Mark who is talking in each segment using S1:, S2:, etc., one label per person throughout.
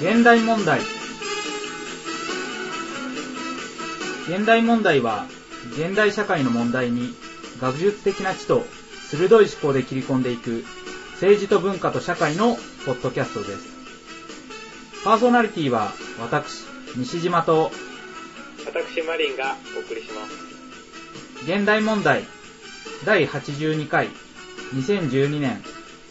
S1: 現代問題現代問題は現代社会の問題に学術的な知と鋭い思考で切り込んでいく政治と文化と社会のポッドキャストですパーソナリティは私西島と
S2: 私マリンがお送りします
S1: 現代問題第82回2012年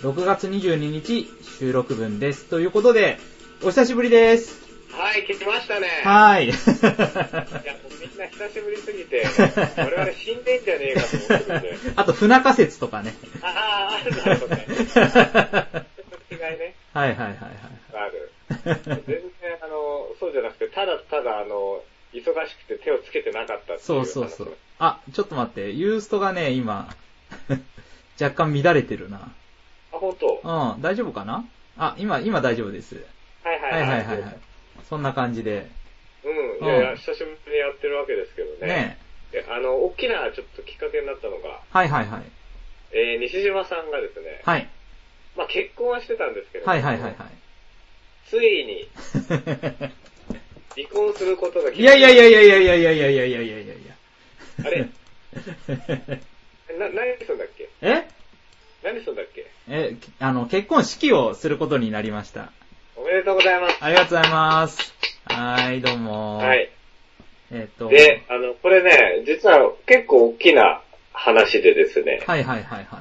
S1: 6月22日収録分ですということでお久しぶりです
S2: はい来ましたね
S1: は ーい。
S2: いやもうみんな久しぶりすぎ て我々死んでんじゃねえかと思ってるんで
S1: あと、不仲説とかね。
S2: あああるなるほどね違いね
S1: はいはいはいはい。
S2: ある全然あのそうじゃなくてただただあの忙しくて手をつけてなかったっていう
S1: そうそうそう。あ、ちょっと待って、ユーストがね、今、 若干乱れてるな。
S2: あ本当
S1: うん、大丈夫かなあ、今、今大丈夫です。
S2: はいは
S1: はい
S2: い
S1: はいはいはい。そんな感じで。
S2: うんいやいや
S1: うん
S2: 久しぶりにやってるわけですけどね
S1: ね
S2: であの大きなちょっときっかけになったのが、
S1: はいはいはい。
S2: えー、西島さんがですね、
S1: はい。
S2: まあ結婚はしてたんですけれども、
S1: はいはいはい
S2: ついに
S1: は
S2: 離婚することが決
S1: い。
S2: ま
S1: いやいやいやいやいやいやいやいやいやいやいやいやいや。
S2: あれな、何するんだっけ
S1: え
S2: 何するんだっけ
S1: え、あの、結婚式をすることになりました。
S2: おめでとうございます。
S1: ありがとうございます。はーい、どうも。
S2: は。い。
S1: えっ、と。
S2: で、あの、これね、実は結構大きな話でですね、
S1: はいはいはいは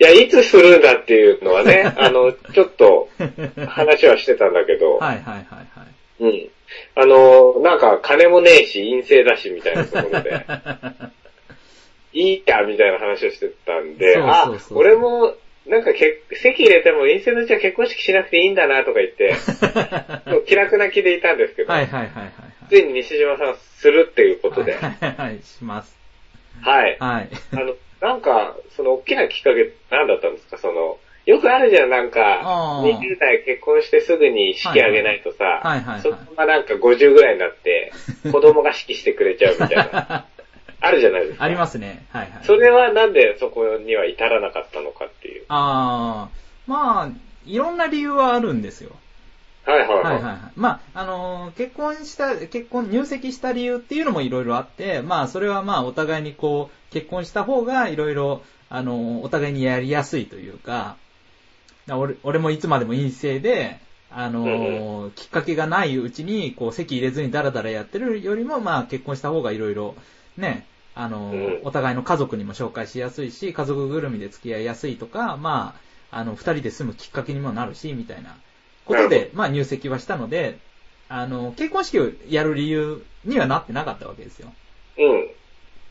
S1: い
S2: や、いつするんだっていうのは ね、あの、ちょっと
S1: い。
S2: 話はしてたんだけど、
S1: はいはいはいはい。
S2: うん。あの、なんか金もねえし、陰性だしみたいなとこ ろで、いいや、みたいな話をしてたんで、
S1: そうそうそう
S2: あ、俺も、なんかけ、席入れても陰性のうちは結婚式しなくていいんだなとか言 って、もう気楽な気でいたんですけど、
S1: はいはいはいはいはい。
S2: ついに西島さんするっていうことで、
S1: はいはいはい、します。
S2: はい。
S1: はい。
S2: あの、なんか、その大きなきっかけなんだったんですかその、よくあるじゃん、なん
S1: あ
S2: か、
S1: ー
S2: 20代結婚してすぐに式あげないとさ、
S1: はいはいはいはい
S2: そのままなんか50ぐらいになって、子供が式してくれちゃうみたいな、 あるじゃないです か。。
S1: ありますすね。はいはい。
S2: それはなんでそこには至らなかったのかっていう。
S1: あー、まあ、いろんな理由はあるんですよ。
S2: はいはい
S1: はい
S2: は
S1: はい
S2: い。
S1: はい。まあ、あのー結婚した、結婚、入籍した理由っていうのもいろいろあって、まあ、それはまあ、お互いにこう、結婚した方がいろいろ、あのーお互いにやりやすいというか、だ俺俺もいつまでも陰性で、あのーきっかけがないうちに、こう、席入れずにダラダラやってるよりも、まあ、結婚した方がいろいろ、ね、あのー
S2: うん
S1: お互いの家族にも紹介しやすいし、家族ぐるみで付き合いやすいとか、まあ、あの、二人で住むきっかけにもなるし、みたいなこと
S2: なる
S1: で、まあ、入籍はしたので、あの、結婚式をやる理由にはなってなかったわけですよ。
S2: うん。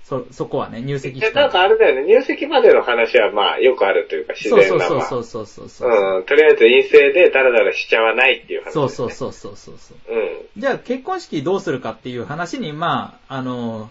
S1: そ、そこはね、入籍
S2: で
S1: し、た。
S2: なんかあれだよね、入籍までの話はまあよくあるというか自
S1: そうそ
S2: 然
S1: う
S2: なまあ
S1: そうそうそうそう。
S2: うん、とりあえず陰性でダラダラしちゃわないっていう話、ね。
S1: そうそうそうそうそうそう。
S2: う。うん。
S1: じゃあ結婚式どうするかっていう話に、まあ、あの、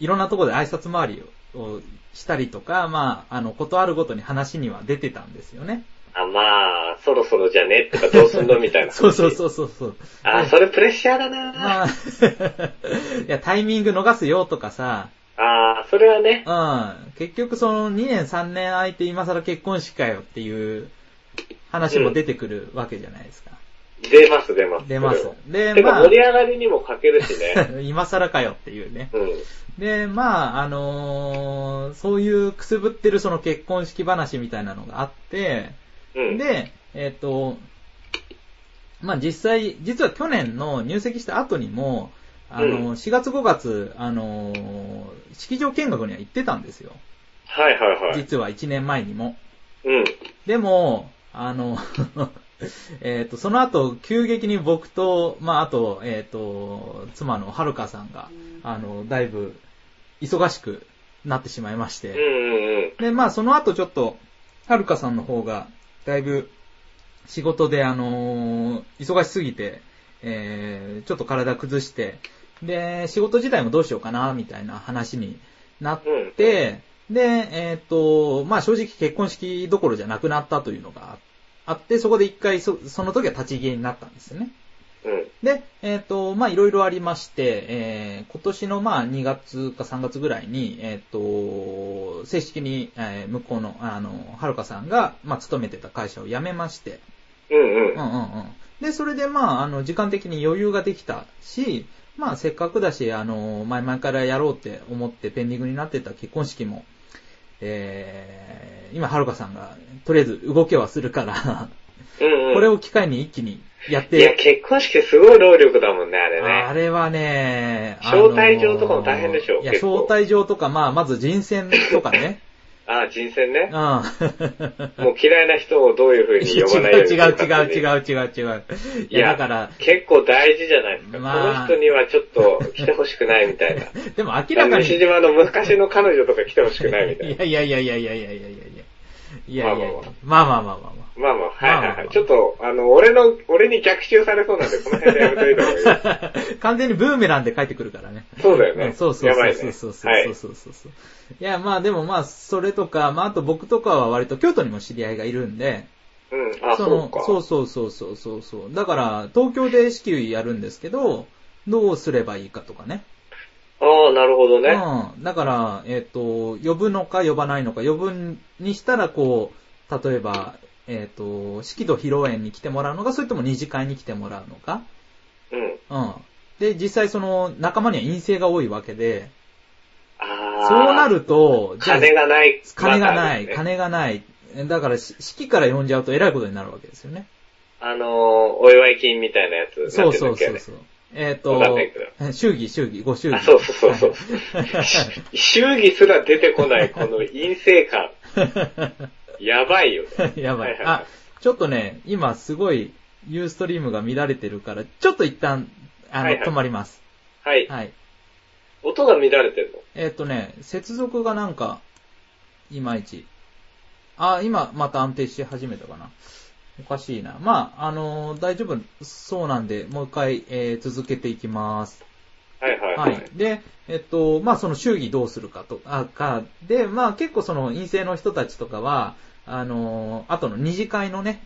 S1: いろんなところで挨拶回りをしたりとか、まあ、あの、ことあるごとに話には出てたんですよね。
S2: あ、まあ、そろそろじゃねとかどうすんのみたいな。
S1: そうそうそうそうそう。
S2: あ、
S1: で
S2: それプレッシャーだな、
S1: まあ、 いや、タイミング逃すよとかさ、
S2: あー、それはね。
S1: うん、結局その2年3年空いて今更結婚式かよっていう話も出てくるわけじゃないですか。
S2: 出ます、出ます。
S1: 出ます
S2: それ
S1: で
S2: はてか、
S1: まあ
S2: 盛り上がりにも欠けるし ね。
S1: 今更かよっていうね。
S2: うん。
S1: で、まあ、あのーそういうくすぶってるその結婚式話みたいなのがあって、
S2: うん。
S1: で、えっ、と、まあ、実際、実は去年の入籍した後にも、あ
S2: うん
S1: の、4月5月、あのー式場見学には行ってたんですよ。
S2: はいはいはい。
S1: 実は1年前にも。
S2: うん。
S1: でも、あの、 えっと、その後、急激に僕と、まあ、あと、えっ、と、妻のはるかさんが、あの、だいぶ、忙しくなってしまいまし
S2: う
S1: て。
S2: んうんうん。
S1: で、まあ、その後ちょっと、はるかさんの方が、だいぶ、仕事で、あのー忙しすぎて、えー、ちょっと体崩して、で、仕事自体もどうしようかな、みたいな話になっ
S2: うん。
S1: で、で、えっ、と、まあ正直結婚式どころじゃなくなったというのがあって、そこで一回そ、その時は立ち消えになったんですよね。
S2: うん。
S1: で、えっ、と、まあいろいろありまして、えー今年のまあ2月か3月ぐらいに、えっ、と、正式に、えー向こうの、あの、はるかさんが、まあ勤めてた会社を辞めまして、
S2: うんう
S1: うんうん
S2: ん。
S1: うん。で、それでまあ、あの、時間的に余裕ができたし、まあ、せっかくだし、あの、前々からやろうって思ってペンディングになってた結婚式も、えー、今、はるかさんが、とりあえず動けはするから、
S2: うんうん。
S1: これを機会に一気にやっ
S2: いや、
S1: て、
S2: 結婚式すごい労力だもんね、あれ
S1: あ
S2: ね。
S1: れはね、あ
S2: 招待状とかも大変でしょ
S1: いや、
S2: 結構
S1: 招待状とか、まあ、まず人選とか ね。
S2: ああ、人選 ね。
S1: うん。
S2: もう嫌いな人をどういう風
S1: 違
S2: に
S1: う
S2: 呼ばないように
S1: 違う違う違
S2: う。
S1: う違う違う。い
S2: いや
S1: や、だから、
S2: 結構大事じゃないですか。
S1: まあ
S2: この人にはちょっと来てほしくないみた いな。
S1: でも明らかに。
S2: 西島の昔の彼女とか来てほしくないみたいな。
S1: いやいやいやいやいやいやいやいやいやいやいや
S2: ま
S1: まあ
S2: あ。
S1: まあまあまあま
S2: まあまあ、はいはい
S1: まあ
S2: は
S1: ま
S2: い。
S1: あ
S2: ちょっと、あの、俺の、俺に逆襲されそうなんで、この辺でやめといた方がいいで
S1: あ。 完全にブーメランで帰ってくるからね。
S2: す。そうだよね。
S1: そうそう
S2: やば
S1: そう
S2: い
S1: そう
S2: ね。
S1: そう
S2: は
S1: そう
S2: い。
S1: そうそうそう。いや、まあでもまあ、それとか、まああと僕とかは割と京都にも知り合いがいるんで、
S2: うん、あ、
S1: そ
S2: そう
S1: の
S2: か。
S1: そうそうそうそうそうそう。だから、東京で式やるんですけど、どうすればいいかとかね。
S2: ああ、なるほどね。
S1: うん。だから、えっ、と、呼ぶのか呼ばないのか、呼ぶにしたら、こう、例えば、えっ、と、式土披露宴に来てもらうのか、それとも二次会に来てもらうのか。
S2: うん。
S1: うん。で、実際その、仲間には陰性が多いわけで、
S2: ああ。
S1: そうなると、じゃあ、
S2: 金がない。
S1: 金がない、
S2: またあるね
S1: 金がない。だから、し式から呼んじゃうと偉いことになるわけですよね。
S2: あのー、お祝い金みたいなやつ。
S1: そうそう
S2: なんてい
S1: そ
S2: んだ
S1: う
S2: っけ
S1: そう。えっ、
S2: わかんないけ
S1: と、祝儀、祝儀、ご祝儀。
S2: あれ あ、そうそうそう
S1: はい
S2: そう。祝儀すら出てこない、この陰 性感。やばいよね。
S1: やば
S2: はいい。はいはい
S1: あ、ちょっとね、今すごい、ユーストリームが乱れてるから、ちょっと一旦、あの、
S2: はいはい
S1: 止まります。
S2: はい。
S1: はい。
S2: 音が乱れてるの
S1: えっ、とね、接続がなんか、いまいち。あ、今、また安定し始めたかな。おかしいな。まあ、あのー大丈夫そうなんで、もう一回、えー続けていきます。
S2: はいはいは。
S1: はいい。で、えっと、まあ、その祝儀どうするかと、あ、か、で、まあ、結構その陰性の人たちとかは、あのー、後の二次会のね、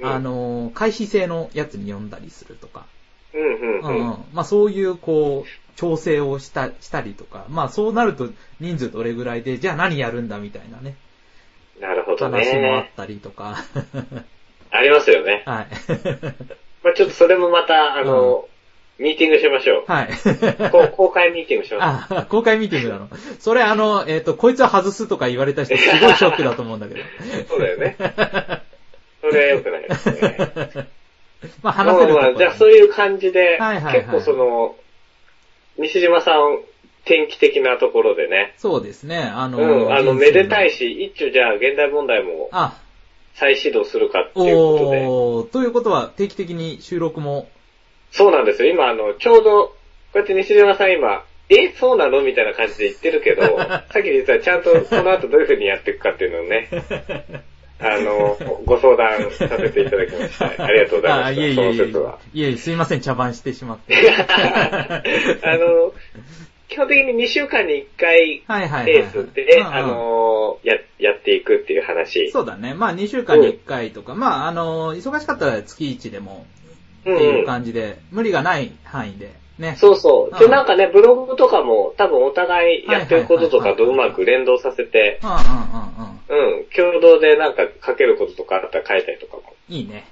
S2: うん
S1: あ、のー、回避制のやつに呼んだりするとか、
S2: うんうん
S1: う
S2: うん
S1: ん。うん、まあそういう、こう、調整をした、したりとか、まあそうなると人数どれぐらいで、じゃあ何やるんだみたいなね、
S2: なるほど
S1: 話もあっ
S2: ね。
S1: たりとか、
S2: ありますよね。
S1: はい。
S2: まあちょっとそれもまた、あの、ミーティングしましょう。
S1: はい。
S2: こう公開ミーティングしま
S1: あ、公開ミーティングなの。それあの、えっ、と、こいつは外すとか言われた人、すごいショックだと思うんだけど。
S2: しょう。そうだよね。それは良くないですね。
S1: まあ話せるとこ
S2: まあ
S1: ろ
S2: まあじゃあそういう感じで、
S1: はいはいはい
S2: 結構その、西島さん、天気的なところでね。
S1: そうですね。あの、
S2: うん、あの、
S1: 人生
S2: めでたい。し、一応じゃあ現代問題も
S1: あ、
S2: 再始動するかっていうことで。
S1: おーということは定期的に収録も、
S2: そうなんですよ。今、あの、ちょうど、こうやって西島さん今、え、そうなのみたいな感じで言ってるけ ど、さっき実はちゃんとこの後どういう風にやっていくかっていうのをね、 あの、ご相談させていただき ました。ありがとうございま
S1: あ
S2: し
S1: い
S2: た。
S1: えい
S2: そ
S1: えいえ
S2: の 説は。
S1: いえいえ、すいません、茶番してしまって。
S2: あの、基本的に2週間に1回、
S1: はいはいはい、
S2: ペースで、
S1: うんうん
S2: あの、や、やっていくっていう話。
S1: そうだね。まあ2週間に1回とか、まああの、忙しかったら月1でも、
S2: う、
S1: っていうん感じで、無理がない範囲で、ね。
S2: そうそう。
S1: う
S2: で、
S1: ん
S2: なんかね、ブログとかも多分お互いやってることと
S1: はいは
S2: か
S1: いは
S2: と
S1: いは
S2: う
S1: い
S2: まく連動させて、
S1: うんうんうんうん。
S2: うん、共同でなんか書けることとかあったら書いたりとかも、
S1: いいね。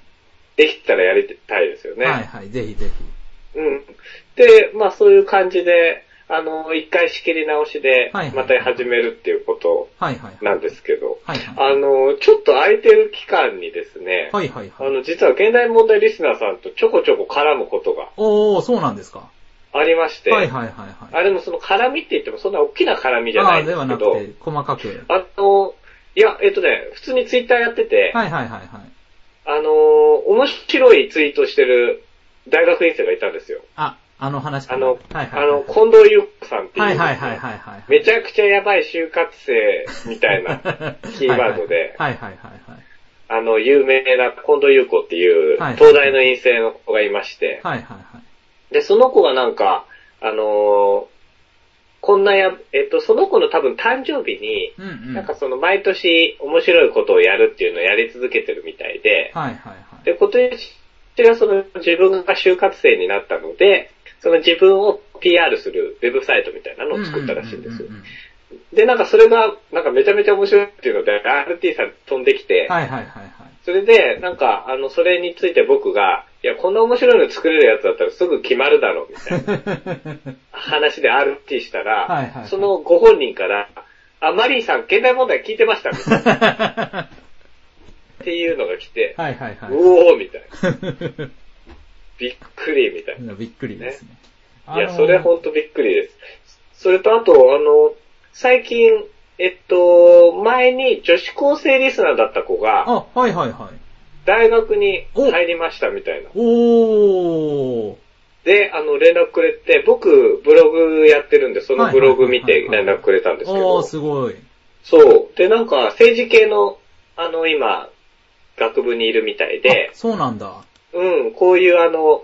S2: できたらやりたいですよね。
S1: はいはい、ぜひぜひ。
S2: うん。で、まあそういう感じで、あの、一回仕切り直しで
S1: はいはい、
S2: また始めるっていうこと
S1: はいはいはい。
S2: なんですけど、
S1: はいはい。
S2: あの、ちょっと空いてる期間にですね、
S1: はいはい
S2: あ
S1: はい。
S2: の、実は現代問題リスナーさんとちょこちょこ絡むことが
S1: おー、そうなんですか。
S2: ありまして、
S1: はいはいはいはい。
S2: あれもその絡みって言ってもそんな大きな絡みじゃ
S1: あ
S2: な
S1: あ
S2: い
S1: ー、
S2: んで
S1: ですは
S2: け
S1: なく
S2: ど、
S1: て、細かく。
S2: あの、いや、えっとね、普通にツイッターやってて、
S1: はいはいはいはい。
S2: あのー、面白いツイートしてる大学院生がいたんですよ。
S1: あ、あの話か
S2: あ
S1: な。
S2: の、
S1: はい
S2: あ
S1: はいはい。
S2: の、近藤優子さんっていう。
S1: はいはいはいはいはい。
S2: めちゃくちゃやばい就活生みた いなキーワードで、
S1: はいはいはいはい。
S2: あの、有名な近藤優子っていう
S1: はい、
S2: 東大の院生の子がいまして、
S1: はいはいはい。
S2: で、その子がなんか、あのー、こんなや、えっと、その子の多分誕生日に、
S1: うんうん。
S2: なんか
S1: はい
S2: その毎年面白いことをやるっていうのをやり続けてるみたいで、
S1: はいはい。
S2: で、今年はその自分が就活生になったので、その自分を PR するウェブサイトみたいなのを作ったらしいんです
S1: うう。ううん
S2: で、なんかそれが、なんかめちゃめちゃ面白いっていうので、RT さん飛んできて、
S1: はいはいはいはい。
S2: それで、なんか、あの、それについて僕が、いや、こんな面白いの作れるやつだったらすぐ決まるだろ、みたいな話で RT した
S1: は
S2: ら、
S1: いはいはい
S2: そのご本人から、あ、マリーさん、現代問題聞いてました、みたいなっていうのが来て、
S1: はいはい は
S2: うおーみたいな。
S1: い。
S2: びっくり、みたいな。
S1: びっくりですね。
S2: いや、それほんとびっくりです。それとあと、あの、最近、えっと、前に女子高生リスナーだった子が、
S1: あ、はいはいはい。
S2: 大学に入りましたみたいな。
S1: おー。
S2: で、あの、連絡くれて、僕、ブログやってるんで、そのブログ見て
S1: はいはいはいは
S2: 連
S1: い
S2: 絡くれたんですけ
S1: おー、
S2: ど、
S1: すごい。
S2: そう。で、なんか、政治系の、あの、今、学部にいるみたいで
S1: あ、そうなんだ。
S2: うん、こういうあの、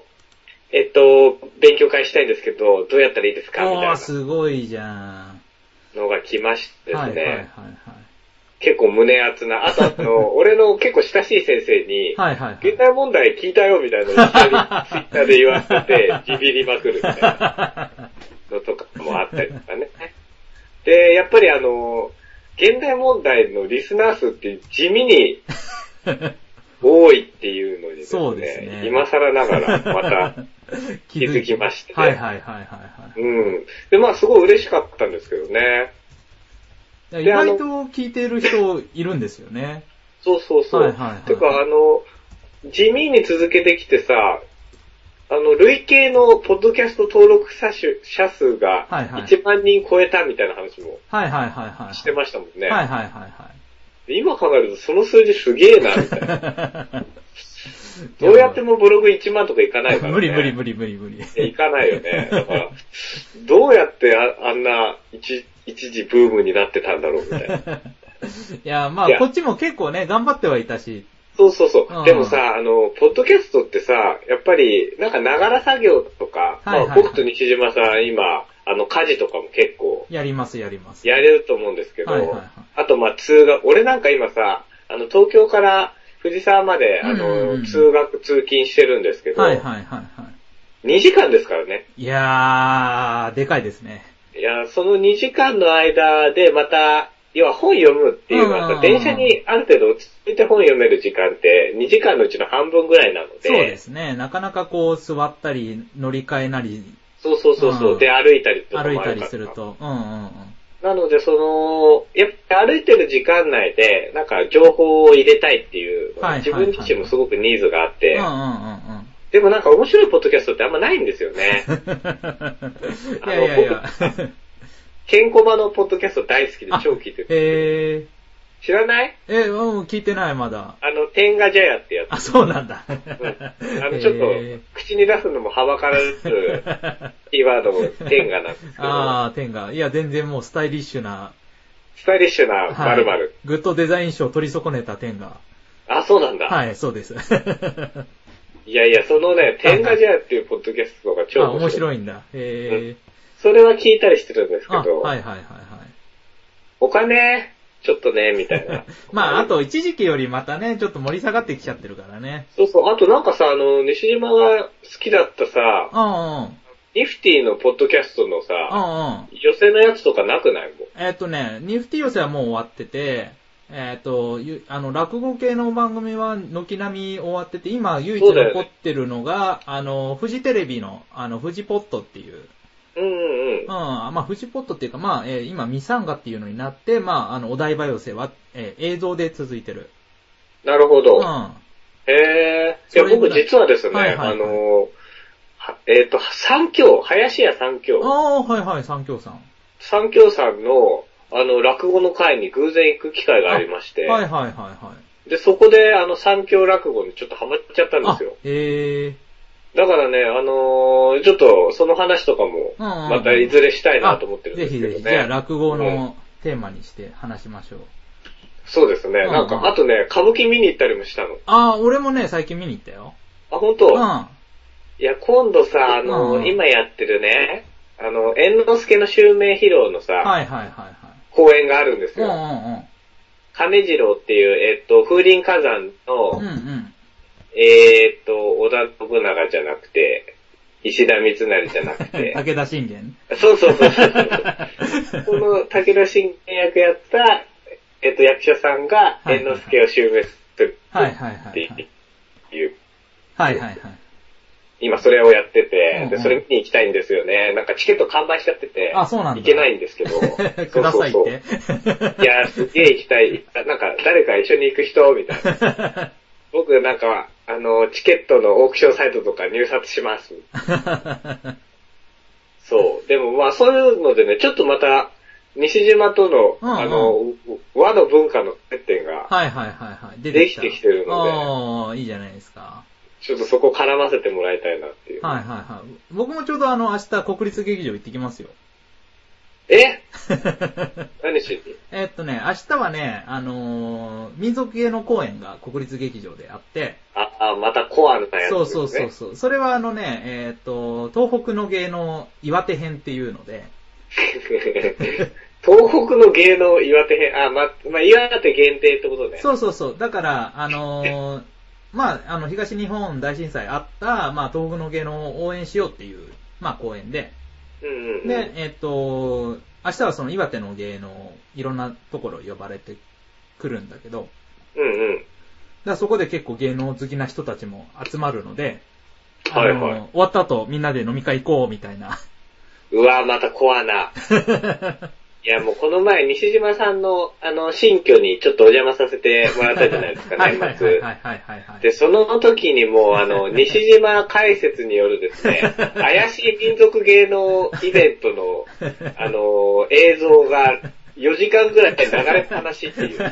S2: えっと、勉強会したいんですけど、どうやったらいいですかみたい
S1: お
S2: な
S1: ー、すごいじゃん。
S2: のが来ましてですね。
S1: はいはいはいはい。
S2: 結構胸熱な。あと、あ の、俺の結構親しい先生に、
S1: はいはいはい
S2: 現代問題聞いたよみ たいなのをいきなりツイッターで言わせて、ビビりまくるみたいな のとかもあったりとかね。で、やっぱりあの、現代問題のリスナー数って地 味に多いっていうのにですね、
S1: そうですね
S2: 今更ながらまた、
S1: 気
S2: 気づきまして
S1: はいはいはいはいはい
S2: うん。で、まあすごい嬉しかったんですけどね。
S1: いや。意
S2: であの
S1: 外と聞いてる人いるんですよね。
S2: そうそうそう。
S1: はいはいはい
S2: てか、あの、地味に続けてきてさ、あの、累計のポッドキャスト登録者数者数が
S1: はいはい
S2: 1万人超えたみたいな話も
S1: はいはいはいはい。
S2: してましたもんね。
S1: はいはいはいはい。
S2: 今考えるとその数字すげえ な、みたいな。
S1: いや
S2: どうやってもブログ1万とかいかないから、ね。
S1: 無理無理
S2: 理。
S1: 無理無理無理。
S2: いかないよね。だから、どうやってああんな一一時ブームになってたんだろう、みたいな。
S1: いや、まあ
S2: いや
S1: こっちも結構ね、頑張ってはいたし。
S2: そうそうそう。
S1: うん
S2: でもさ、あの、ポッドキャストってさ、やっぱり、なんかながら作業とか、
S1: はいはいはい
S2: まあ、僕と西島さん、今、あの、家事とかも結構、
S1: やりますやります。
S2: やれると思うんですけど、
S1: はいはいはい
S2: あと、まあ、通学、俺なんか今さ、あの、東京から藤沢まで、あ
S1: うんうん
S2: の、
S1: うん
S2: 通学、通勤してるんですけど、
S1: はいはいはいは
S2: 2時間ですからね。
S1: い。いやー、でかいですね。
S2: いや、その2時間の間で、また、要は本読むっていうのは
S1: うんうん
S2: さ
S1: う、ん
S2: 電車にある程度落ち着いて本読める時間って、2時間のうちの半分ぐらいなの
S1: そうですね。なかなかこう座ったり、乗り換えなり、
S2: そうそうそうそう、
S1: うん
S2: で、歩いたりとかもあ
S1: 歩
S2: る
S1: い
S2: から
S1: たりする。と。うんうんうん。
S2: なので、その、やっぱ歩いてる時間内で、なんか情報を入れたいっていう、
S1: はい
S2: 自分自身もすごくニーズがあって、
S1: うんう
S2: でもなんか面白いポッドキャストってあんまないんです よね。
S1: んうんうん。いやいやいや。
S2: ケンコバのポッドキャスト大好きで超聞いてる。
S1: えー、
S2: 知らない
S1: え、うん、聞いてないまだ。
S2: あの、天ガジャヤってやつ。
S1: あ、そうなんだ。あ
S2: あの、ちょっと、口に出すのもはばからず、キーワードも天ガなんですけど、
S1: あー、天が。いや、全然もうスタイリッシュな。
S2: スタイリッシュ
S1: はい
S2: な〇〇。
S1: グッドデザイン賞を取り損ねた天が。
S2: あ、そうなんだ。
S1: はい、そうです。
S2: いやいや、そのね、天ガジェアっていうポッドキャストが 超
S1: あ、
S2: 面白い。
S1: 面白いんだ。へ
S2: それは聞いたりしてるんです
S1: ー。
S2: け
S1: あ、
S2: ど、
S1: はいはいはいはい。。
S2: お金、ちょっとね、みたいな
S1: まあ、あ。と一時期よりまたね、ちょっと盛り下がってきちゃってるからね。
S2: そうそう、あとなんかさ、あの、西島が好きだったさ、
S1: うんうん。うん
S2: ニフティのポッドキャストのさ、
S1: うん。
S2: 寄せのやつとかなくないもん。
S1: えっ、とね、ニフティ寄せはもう終わってて、えっ、と、ゆあの、落語系の番組は軒並み終わってて、今唯一
S2: そうだよね
S1: 残ってるのが、あの、フジテレビの、あの、フジポットっていう、
S2: うんうんう
S1: うんん、。まあ、フジポットっていうか、まあ、えー今、ミサンガっていうのになって、まあ、あの、お台場寄せは、えー映像で続いてる。
S2: なるほ
S1: うん。
S2: ど。
S1: は
S2: へえ。い
S1: そ
S2: や、
S1: れぐ
S2: 僕
S1: らい
S2: 実はですね、
S1: はいはいはい
S2: あの、はえっ、と、三京、林家三
S1: あ
S2: 京、
S1: あ、はいはい、三京さん。
S2: 三京さんの、あの、落語の会に偶然行く機会がありまして、
S1: はいはいはいは
S2: で、そこで、あの、三強落語にちょっとハマっちゃったん
S1: い。
S2: で
S1: あ
S2: すよ。、
S1: えー、
S2: だからね、あのーちょっと、その話とかも、
S1: うんうんうん
S2: またいずれしたいなと思ってるん
S1: あ
S2: です
S1: ぜ
S2: け
S1: ひ
S2: ど
S1: ぜ
S2: ね。
S1: ひ、じゃあ、落語のテーマにして話しましょう。
S2: そうですね。
S1: うんうん
S2: なんか、あとね、歌舞伎見に行ったりもしたの。
S1: ああ、俺もね、最近見に行ったよ。
S2: あ、本
S1: う
S2: 当、
S1: ん。
S2: いや、今度さ、あのー
S1: うんうん
S2: 今やってるね、あの、猿之助の襲名披露のさ、
S1: はいはいはい
S2: 公演があるんです
S1: はい。うんう
S2: よ。
S1: んうん。
S2: 亀次郎っていう、えっ、と、風林火山の、
S1: うんうん。
S2: えっ、と、織田信長じゃなくて、石田三成じゃな くて、
S1: 武田信玄。
S2: そうそうそうそう。この武田信玄役やった、えっと、役者さんが、
S1: はい
S2: 猿之助を襲名すする
S1: はいはいは
S2: っ
S1: いはい。
S2: ていう、
S1: はいはいはい。
S2: 今それをやって
S1: うんう
S2: て
S1: ん、
S2: で、それ見に行きたいんですよね。なんかチケット完売しちゃってて、
S1: あ、そうなんだ。、
S2: 行けないんですけ ど
S1: くださいっ
S2: そうそう
S1: て。
S2: そう。いやー、すげえ行きたい。なんか、誰か一緒に行く人みたいな。僕なんか、あの、チケットのオークションサイトとか入札します。そう。でもまあそういうのでね、ちょっとまた、西島との、
S1: うんうん
S2: あの、和の文化の接点が、
S1: はいはいはいはい。出
S2: できてきてるので
S1: ああ、いいじゃないですか。
S2: ちょっとそこ絡ませてもらいたいなっていう。
S1: はいはいはい。僕もちょうどあの、明日国立劇場行ってきますよ。
S2: え何しに
S1: えっとね、明日はね、あのー民族芸の公演が国立劇場であって、
S2: あ、あ、またコアなやつ、ね。
S1: そうそうそう。そう。それはあのね、えっ、と、東北の芸能岩手編っていうので、
S2: 東北の芸能岩手編、あ、ま、まあ、岩手限定ってことね。
S1: そうそうそう。だから、あのーまあ、あの、東日本大震災あった、まあ、東北の芸能を応援しようっていう、まあ、公演で、
S2: うんうんうん。
S1: で、えっ、と、明日はその岩手の芸能、いろんなところ呼ばれてくるんだけど、
S2: うんうん。
S1: だからそこで結構芸能好きな人たちも集まるので、あ
S2: はい
S1: の
S2: はい。
S1: 終わった後みんなで飲み会行こうみたい な。
S2: うわ、またコ アな。いや、もうこの前、西島さんの、あの、新居にちょっとお邪魔させてもらったじゃないですか、
S1: はい
S2: 年
S1: はいはい
S2: 末
S1: は。いはいはいはい。
S2: で、その時にもう、あの、西島解説によるですね、怪しい民族芸能イベントの、あの、映像が4時間ぐらい流れっぱなしっていう、不思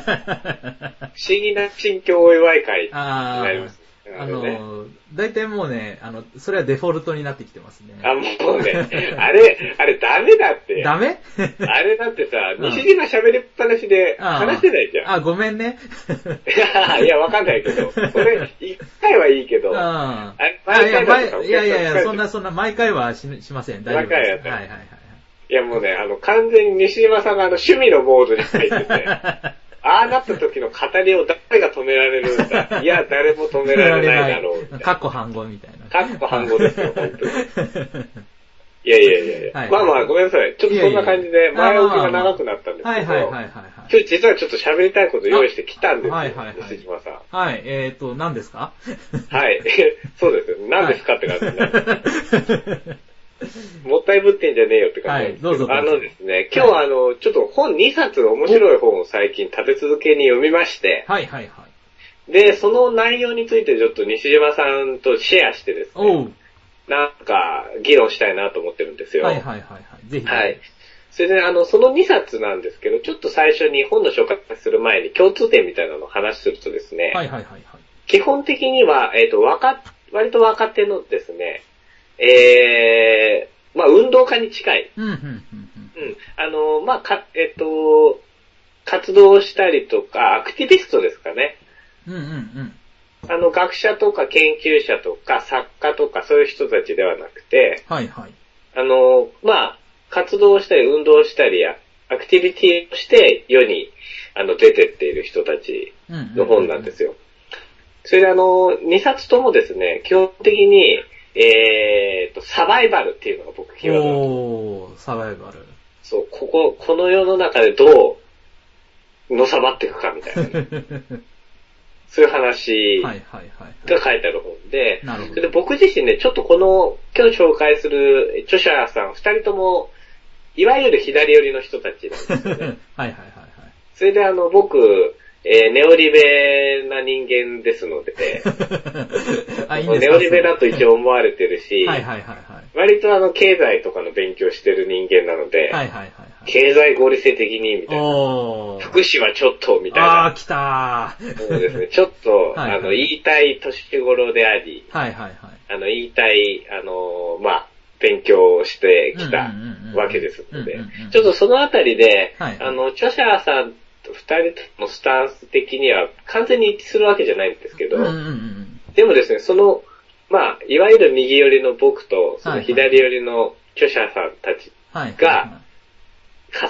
S2: 議な心境お祝い会に
S1: あ
S2: なりま
S1: ー。
S2: す
S1: あ
S2: あのね。
S1: の、大体もうね、あの、それはデフォルトになってきてますね。
S2: あ、もうね、あれ、あれダメだって。
S1: ダ メ
S2: あれだってさ、
S1: うん
S2: 西島喋りっぱなしで
S1: あー
S2: 話してないじゃん。
S1: あ、ごめんね。
S2: いや、わかんないけど。これ、一回はいいけ
S1: う
S2: ど。
S1: ん。
S2: わ
S1: あい
S2: 毎
S1: や
S2: 回だと
S1: 毎いやいやい
S2: お客さん疲れ
S1: や、
S2: てる
S1: そんなそんな、毎回はししません。大丈夫
S2: 毎回
S1: で
S2: やっ
S1: す。
S2: た
S1: は
S2: ら
S1: いはいはい
S2: いや、もうね、あの、完全に西島さんがあの、趣味のモードに入って て、
S1: はい。
S2: ああなった時の語りを誰が止められるんだ。いや、誰も止められないだろうみたい な。
S1: かっこ半語みたいな。
S2: かっこ半語ですよ、本当に。いやいやいやい
S1: は
S2: や。
S1: い
S2: まあまあ、ごめんなさい。ちょっとそんな感じで、
S1: いやい
S2: 前
S1: や
S2: 置きが長くなったんですけど、
S1: はいはいはいはい
S2: 今
S1: はい。
S2: 日実はちょっと喋りたいこと用意してきたんですよ、
S1: はいはいはい
S2: 西島さん。
S1: はい、えーと、何ですか
S2: はい。 そうですよ。何ですかって感じになる。
S1: は
S2: もったいぶってんじゃねえよって感じなんですけ
S1: はいどうぞどうぞ
S2: あのですね、今日はあの、ちょっと本2冊面白い本を最近立て続けに読みまして、
S1: いはいはい。
S2: で、その内容についてちょっと西島さんとシェアしてです
S1: お
S2: ね、
S1: う。
S2: なんか議論したいなと思ってるんですよ。
S1: はいはいはいはい。ぜひ。
S2: はい。それで、あの、その2冊なんですけど、ちょっと最初に本の紹介する前に共通点みたいなのを話するとですね、
S1: はいはいはいはい。
S2: 基本的には、えっ、と、若、割と若手のですね、えー、まあ、運動家に近い
S1: うんうんうんうん。
S2: うん。あの、まあ、か、えっと、活動したりとか、アクティビストですかね。
S1: うんうんうん。
S2: あの、学者とか研究者とか作家とかそういう人たちではなくて、
S1: はいはい。
S2: あの、まあ、活動したり運動したりや、アクティビティとして世に、あの、出てっている人たち
S1: うんうん
S2: の本なんで。すよ。それであの、2冊ともですね、基本的に、えーっと、サバイバルっていうのが僕、キーワードなんです
S1: おー、サバイバル。
S2: そう、ここ、この世の中でどう、のさばっていくかみたいなね、 そういう話
S1: は
S2: が
S1: いはいはい。
S2: 書いてある本で、
S1: なるほ
S2: そ
S1: ど
S2: れで。僕自身ね、ちょっとこの、今日紹介する著者さん二人とも、いわゆる左寄りの人たちな んですよね。
S1: はいはいはいはい。
S2: それであの、僕、えーネオリベな人間ですの で、
S1: あ、いいんです
S2: ネ
S1: か
S2: オリベだと一応思われてるし、
S1: はいはいはいはい。
S2: 割とあの、経済とかの勉強してる人間なので、
S1: はいはいはい
S2: 経済合理性的に、みた
S1: はい。
S2: いな。
S1: おー。
S2: 福祉はちょっと、みたいな。
S1: あー、来たー。
S2: そうですね。ちょっと、
S1: はいはい
S2: あの、言いたい年頃であり、
S1: はいはいはい。
S2: あの、言いたい、あの、まあ、勉強をしてきた
S1: うんうんうんうん
S2: わけですので
S1: うんうんうん、
S2: ちょっとそのあたりで、
S1: はい
S2: あの、著者さんと二人のスタンス的には完全に一致するわけじゃないんですけど、
S1: うんうんうん。
S2: でもですね、その、まあ、いわゆる右寄りの僕と、その左寄りの著者さんたち、
S1: はい。
S2: が、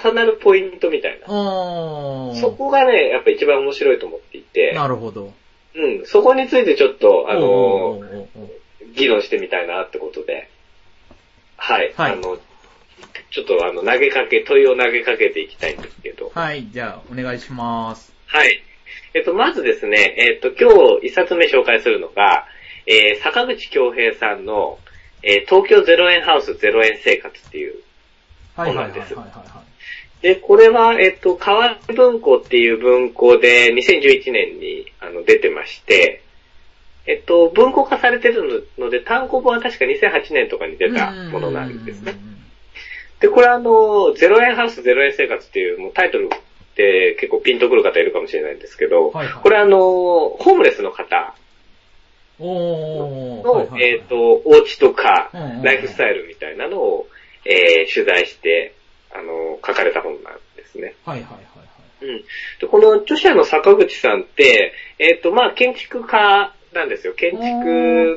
S2: 重なるポイントみたいな。
S1: おー。
S2: そこがね、やっぱ一番面白いと思っていて、
S1: なるほど。
S2: うん、そこについてちょっと、あの、
S1: おーおーおー
S2: 議論してみたいなってことで、はい、
S1: はい
S2: あの、ちょっとあの、投げかけ、問いを投げかけていきたいんですけど、
S1: はい、じゃあ、お願いします。
S2: はい。えっと、まずですね、えっと、今日一冊目紹介するのが、えー、坂口京平さんの、えー、東京ゼロ円ハウスゼロ円生活っていう。
S1: はいはいはい
S2: そうなんです
S1: はいは
S2: で、これは、えっと、河原文庫っていう文庫で2011年にあの出てまして、えっと、文庫化されてるので、単行本は確か2008年とかに
S1: い。
S2: 出たものなんですね
S1: う。ん
S2: で、これあの、ゼロ円ハウスゼロ円生活っていうもうタイトルで結構ピンとくる方いるかもしれないんですけど、
S1: はいはい
S2: これあの、ホームレスの方
S1: おー。
S2: の、
S1: はいはいはい
S2: えっ、、と、お家とか、
S1: うんうんうん
S2: ライフスタイルみたいなのを、えー取材して、あの、書かれた本なんですね。
S1: はいはいはい
S2: うん。で、この著者の坂口さんって、えっ、と、まあ、建築家なんですよ。建築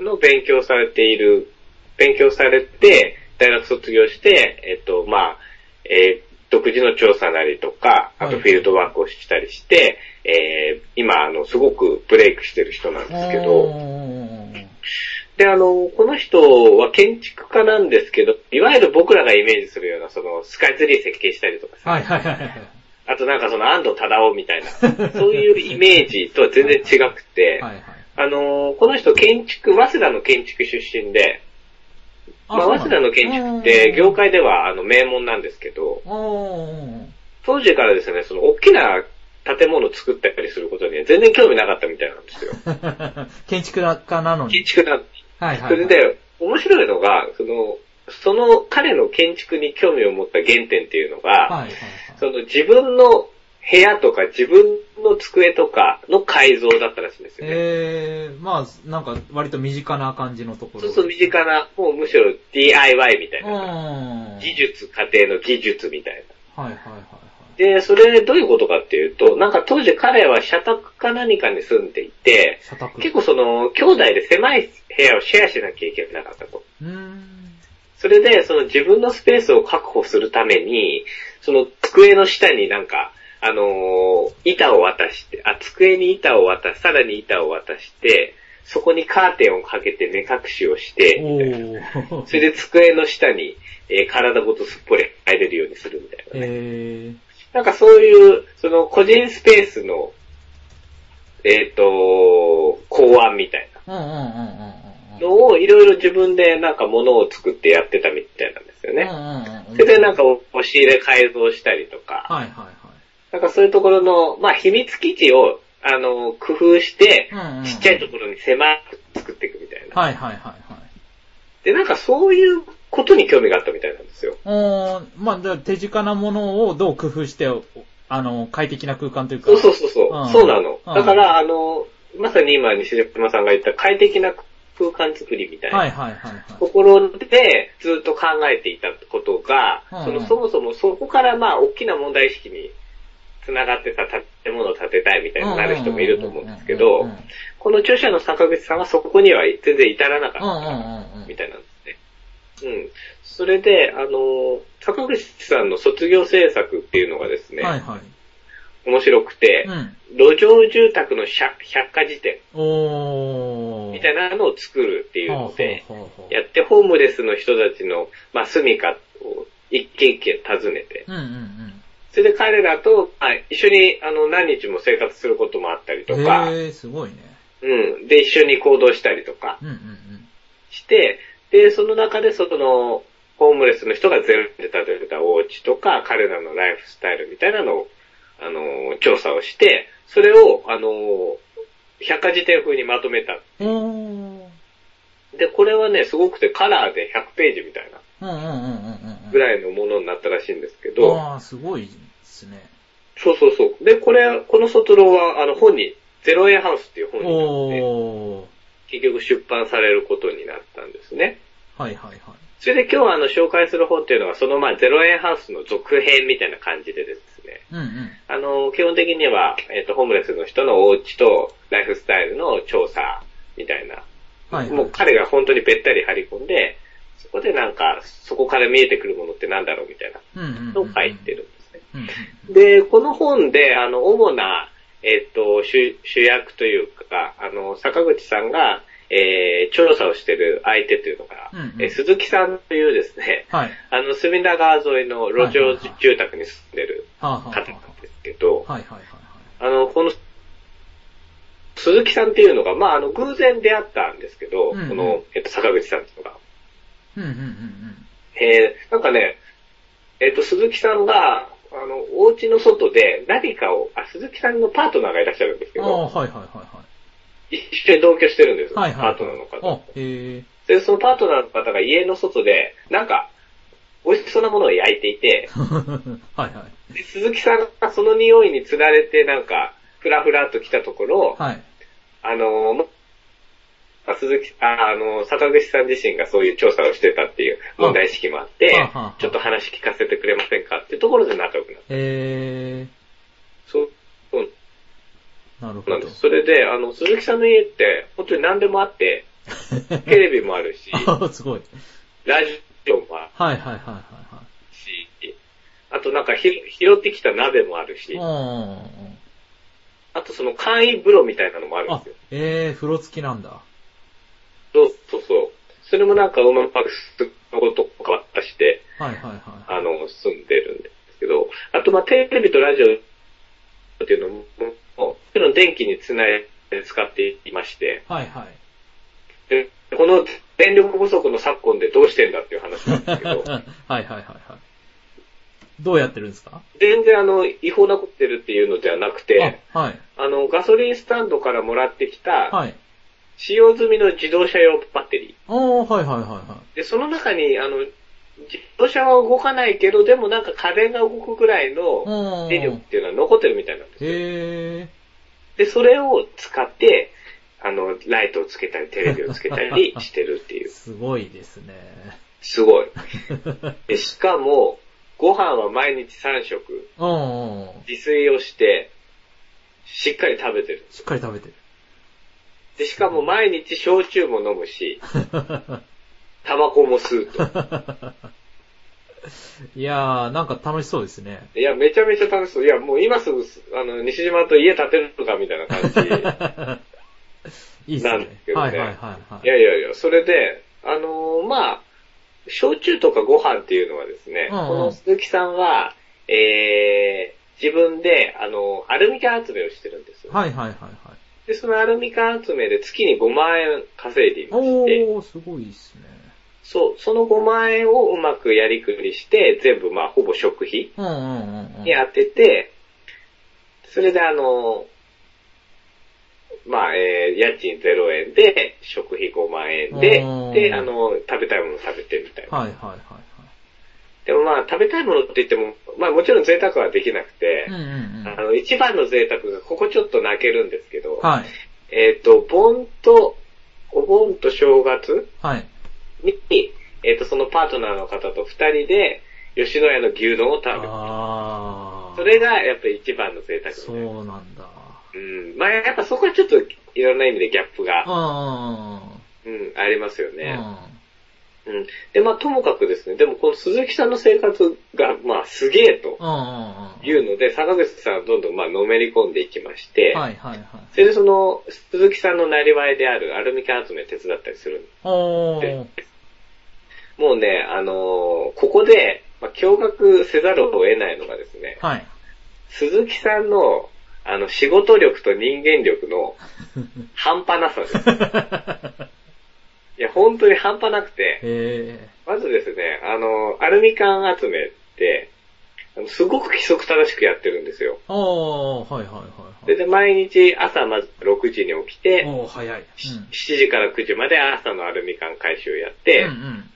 S2: の勉強されている、勉強されて、大学卒業して、えっ、と、まあ、えー独自の調査なりとか、あ
S1: はい
S2: とフィールドワークをしたりして、えー今、あの、すごくブレイクしてる人なん
S1: は
S2: で
S1: い。
S2: すけ
S1: お
S2: ど、
S1: ー
S2: で、あの、この人は建築家なんですけど、いわゆる僕らがイメージするような、その、スカイツリー設計したりとかさ、
S1: はいはいはいはい。
S2: あとなんかその安藤忠夫み たいな、そういうイメージとは全然違くて、
S1: はいはい。
S2: あのーこの人建築、早稲田の建築出身で、まあ、
S1: そう
S2: 早
S1: な
S2: 稲
S1: んだ
S2: 田の建築って業。界ではあの名門なんですけど、
S1: おー。
S2: 当時からですね、その大きな建物を作ったりすることには全然興味なかったみたいなんですよ。
S1: 建築家なの
S2: 建
S1: に。
S2: 築だ。
S1: はい
S2: それで、面白いのが、その、その彼の建築に興味を持った原点っていうのが、
S1: はいはいはい。
S2: その自分の部屋とか自分の机とかの改造だったらしいんですよね。
S1: えー、まあ、なんか、割と身近な感じのところ。
S2: そうすると身近な、もうむしろ DIY みたいな。
S1: うん。
S2: 技術、家庭の技術みたいな。
S1: はいはいはいはい。
S2: で、それどういうことかっていうと、なんか当時彼は社宅か何かに住んでいて、
S1: 社宅。
S2: 結構その、兄弟で狭い部屋をシェアしなきゃいけなかったと。
S1: うーん。
S2: それで、その自分のスペースを確保するために、その机の下になんか、あのー板を渡して、あ、机に板を渡し、さらに板を渡して、そこにカーテンをかけて目隠しをして、み
S1: お
S2: たいな
S1: ー。
S2: それで机の下に、えー体ごとすっぽり入れるようにするみたい なね。
S1: え
S2: なんかそういう、その個人スペースの、えっ、と、考案みたい
S1: ー。うんうんうんうんうん
S2: なのをいろいろ自分でなんか物を作ってやってたみたいなんですよ
S1: うん。
S2: ね。
S1: ね
S2: それでなんか、押し入れ改造したりとか、
S1: はいはいはい。
S2: なんかそういうところの、まあ秘密基地を、あの、工夫して
S1: う、んうん。
S2: ちっちゃいところに狭く作っていくみたいな。
S1: はいはいはいはい。
S2: で、なんかそういうことに興味があったみたいなんですよ。
S1: おー、まあ、じゃあ手近なものをどう工夫して、おあの、快適な空間というか。
S2: そうそうそうそう、
S1: うん
S2: そうなの。
S1: うん
S2: だから、あの、まさに今西島さんが言った快適な空間作りみたいな。
S1: はいはいはいはい。
S2: ところでずっと考えていたことが、
S1: うん
S2: そのそもそもそこからまあ大きな問題意識に繋がってさ、建物を建てたいみたいになる人もいると思うんですけ
S1: うん
S2: ど
S1: うん、
S2: この著者の坂口さんはそこには全然至らなか
S1: うん
S2: った
S1: うんうん。
S2: みたいなんですね。うん。それで、あの、坂口さんの卒業制作っていうのがですね、
S1: はいはい。
S2: 面白くて
S1: う、ん。
S2: 路上住宅の百百科事典
S1: おー。
S2: みたい
S1: な
S2: なのを作るっていうので、
S1: ほうほうほうほう
S2: やってホームレスの人たちの、まあ、住みかを一軒一軒訪ねて、
S1: うんうんうん。
S2: それで彼らと、まあ、一緒にあの何日も生活することもあったりとか、
S1: へー、すごいね。
S2: うん。で、一緒に行動したりとか
S1: うんうんうん。
S2: して、で、その中でその、ホームレスの人がゼロで建てたお家とか、彼らのライフスタイルみたいなのを、あの、調査をして、それを、あの、百科事典風にまとめた。
S1: おー。
S2: で、これはね、すごくてカラーで100ページみたいな。
S1: うんうんうんうんうん。
S2: ぐ
S1: い
S2: らいのものになったらしいんですけど、
S1: あー、すごいですね。
S2: そうそうそう。で、これ、この卒論は、あの本に、ゼロ円ハウスっていう本になって、
S1: おー。
S2: 結局出版されることになったんですね。
S1: はいはいはい。
S2: それで今日あの紹介する本っていうのは、そのまあゼロ円ハウスの続編みたいな感じでですね、
S1: うんうん。
S2: あの、基本的には、えっ、と、ホームレスの人のお家とライフスタイルの調査みたいな、
S1: はいは
S2: もう
S1: い。
S2: 彼が本当にべったり張り込んで、そこでなんか、そこから見えてくるものってなんだろうみたいな
S1: うんうんうん。
S2: のを書いてるんですね。
S1: うんうん。
S2: で、この本で、あの、主な、えっと、主主役というか、あの、坂口さんが、えー、調査をしてる相手というのが、
S1: うんうん
S2: えー鈴木さんというですね、
S1: はい。
S2: あの、隅田川沿いの路上住宅に住んでる
S1: はあはあは
S2: 方なんですけど、
S1: あ。はいはいはいはい。
S2: あの、この鈴木さんっていうのが、まあ、あの、偶然出会ったんですけど、
S1: うん
S2: この、えっと、坂口さんっていうのが。
S1: うんうんうんうん。
S2: えー、なんかね、えっと、鈴木さんが、あの、お家の外で何かを、あ、鈴木さんのパートナーがいらっしゃるんですけ
S1: ああ、
S2: ど、
S1: はいはいはい
S2: 一緒に同居してるんですよ、
S1: はい。はいはい。
S2: パートナーの
S1: あ
S2: 方。、
S1: へえ。
S2: で、そのパートナーの方が家の外で、なんか、美味しそうなものを焼いていて、
S1: はいはい。
S2: で鈴木さんがその匂いにつられて、なんか、ふらふらっと来たところ、
S1: はい。
S2: あのー、ま鈴木、あ、あのー、坂口さん自身がそういう調査をしてたっていう問題意識もあって
S1: ああああ、
S2: ちょっと話聞かせてくれませんかっていうところで仲良くなった。
S1: へえ。
S2: そう、そう
S1: なるほ
S2: な
S1: ど
S2: んです。。それで、あの、鈴木さんの家って、本当に何でもあ って、テレビもある し、
S1: あ すごい。
S2: ラジオもあ
S1: はいはいはいはいはい。
S2: るし、あとなんかひ拾ってきた鍋もあるし、
S1: うん。
S2: あとその簡易風呂みたいなのもあるん
S1: あ
S2: ですよ。、
S1: えー、風呂付きなんだ。
S2: そうそうそう。それもなんかうまくのこととか渡して、
S1: はいはいはい。
S2: あの、住んでるんですけど、あと、まあ、テレビとラジオっていうのも、もちろん電気につないで使っていまして、
S1: はいはい。
S2: でこの電力不足の昨今でどうしてんだっていう話なんです け
S1: はい
S2: ど、
S1: はいはいはい。どうやってるんですか
S2: 全然あの、違法なことしてるっていうのではなくて、
S1: あ、はい。
S2: あの、ガソリンスタンドからもらってきた、
S1: はい。
S2: 使用済みの自動車用バッテリ
S1: おー、はいはいはいは
S2: ー。で、その中に、あの、自動車は動かないけど、でもなんか家電が動くぐらい
S1: い。
S2: の
S1: お
S2: 電力っ
S1: ー。
S2: ていうのは残ってるみたいなんですよ。
S1: へ
S2: で、それを使って、あの、ライトをつけたり、テレビをつけたりしてるってい
S1: ー。
S2: う。
S1: すごいですね。
S2: すごい。でしかも、ご飯は毎日3食、
S1: おー。
S2: 自炊をして、しっかり食べてる。
S1: しっかり食べてる。
S2: で、しかも毎日焼酎も飲むし、タバコも吸うと。
S1: いやー、なんか楽しそうですね。
S2: いや、めちゃめちゃ楽しそう。いや、もう今すぐ、あの、西島と家建てるのかみたいな感じ。
S1: いいっすね。
S2: なんですけどね
S1: はいはいはいはい
S2: い。やいやいや、それで、あのーまあ、焼酎とかご飯っていうのはですね、
S1: うんうん
S2: この鈴木さんは、えー、自分で、あのーアルミ缶集めをしてるんですよ。
S1: はいはいはいはい。
S2: で、そのアルミ缶集めで月に5万円稼いでいまして、
S1: おー、すごいっすね。
S2: そう、その5万円をうまくやりくりして、全部まあ、ほぼ食費
S1: うんうんうんうん。
S2: に当てて、それであのーまあ、えー、家賃0円で、食費5万円で
S1: うん、
S2: で、あのー食べたいもの食べてみたいな。
S1: はいはいはいは
S2: でもまあ食べたいものって言っても、まあもちろん贅沢はできなくて
S1: い。うん、うん
S2: あ
S1: う
S2: の一番の贅沢がここちょっと泣けるんですけど、
S1: ん。はい。
S2: えっ、と、盆と、お盆と正月
S1: はい。
S2: に、えっ、とそのパートナーの方と二人で吉野家の牛丼を食べる。
S1: あー。
S2: それがやっぱり一番の贅沢で、
S1: そうなんだ。
S2: うん。まあやっぱそこはちょっといろんな意味でギャップが、
S1: う
S2: うん、ありますよ
S1: んうんうんうん。
S2: ね。うん。で、まあともかくですね、でもこの鈴木さんの生活が、まあすげえと。
S1: うんうんうん。
S2: いうので、坂口さんはどんどんまあのめり込んでいきまして、
S1: はいはいはい。
S2: それでその、鈴木さんのなりわいであるアルミ缶集め手伝ったりする
S1: おー
S2: で。もうね、あのーここで、まあ、驚愕せざるを得ないのがですね、
S1: はい。
S2: 鈴木さんの、あの、仕事力と人間 力の半端なさです。いや、本当に半端なくて、
S1: え
S2: まずですね、あのーアルミ缶集めって、あのすごく規則正しくやってるんですよ。
S1: ー。おー、はいはいはい
S2: それ
S1: はい。
S2: で毎日朝まず6時に起きて、
S1: おー、早い。うん
S2: 7時から9時まで朝のアルミ缶回収やっ
S1: う
S2: て、
S1: ん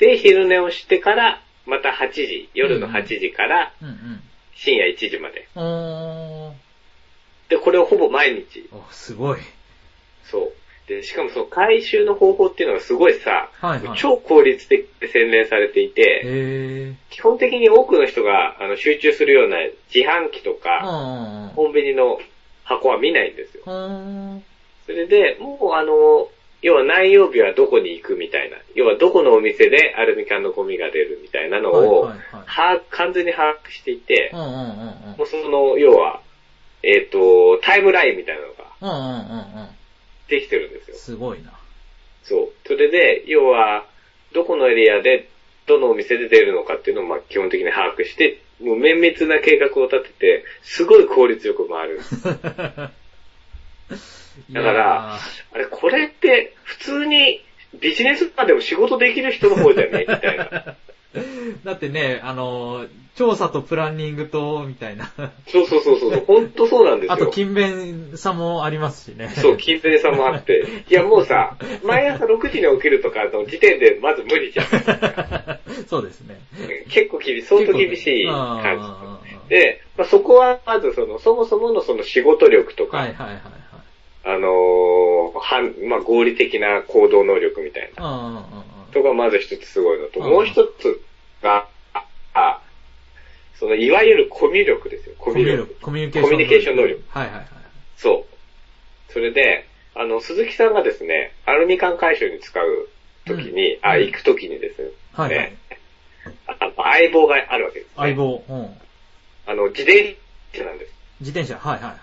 S2: で、昼寝をしてから、また8時、夜の8時から
S1: うん。うん
S2: 深夜1時まで。
S1: うん。おー。
S2: で、これをほぼ毎日。
S1: おすごい。
S2: そう。で、しかもその回収の方法っていうのがすごいさ、
S1: はいはい
S2: 超効率的で洗練されていて、
S1: え
S2: 基本的に多くの人があの集中するような自販機と
S1: ー。う
S2: か、
S1: んうん
S2: コンビニの箱は見ないんですよ。
S1: うん。う
S2: それで、もうあの、要は何曜日はどこに行くみたいな、要はどこのお店でアルミ缶のゴミが出るみたいなのを、
S1: はいはいはい
S2: 把握完全に把握していて
S1: ーん。う、んうんうんうん。
S2: もうその、要は、えっ、と、タイムラインみたいなのが
S1: うんうんうん
S2: できてるんです
S1: うん。
S2: よ。
S1: すごいな。
S2: そう。それで、要は、どこのエリアで、どのお店で出るのかっていうのを、まあ、基本的に把握して、もう綿密な計画を立てて、すごい効率よく回る。だから、あれ、これって、普通にビジネスまでも仕事できる人の方じゃねみたいな。
S1: いやーだってね、あの、調査とプランニングと、みたいな。
S2: そうそうそうそう、ほんとそうなんですよ。
S1: あと、勤勉さもありますしね。
S2: そう、勤勉さもあって。いや、もうさ、毎朝6時に起きるとかの時点で、まず無理じゃん。
S1: そうですね。
S2: 結構厳しい、相当厳しい感
S1: あ
S2: じ。
S1: ー
S2: で、まあ、そこは、まずその、そもそものその仕事力とか、
S1: はいはいはいはい。
S2: あのーはん、まあ、合理的な行動能力みたいな。
S1: うんうんうん
S2: とか、まず一つすごいのと、
S1: うん
S2: もう一つが、ああ、その、いわゆるコミュ力ですよ、コ
S1: コ
S2: ミ
S1: ミ
S2: ュ
S1: ュ
S2: 力。
S1: 力コミュニケーション。
S2: コミュニケーション能力。
S1: はいはいはい。
S2: そう。それで、あの、鈴木さんがですね、アルミ缶回収に使うときに、あ、
S1: うん
S2: 行くときにですね、
S1: はいはい。
S2: あの相棒があるわけです、ね。
S1: 相。棒。うん。
S2: あの、自転車なんです。
S1: 自転車。はいはいはい。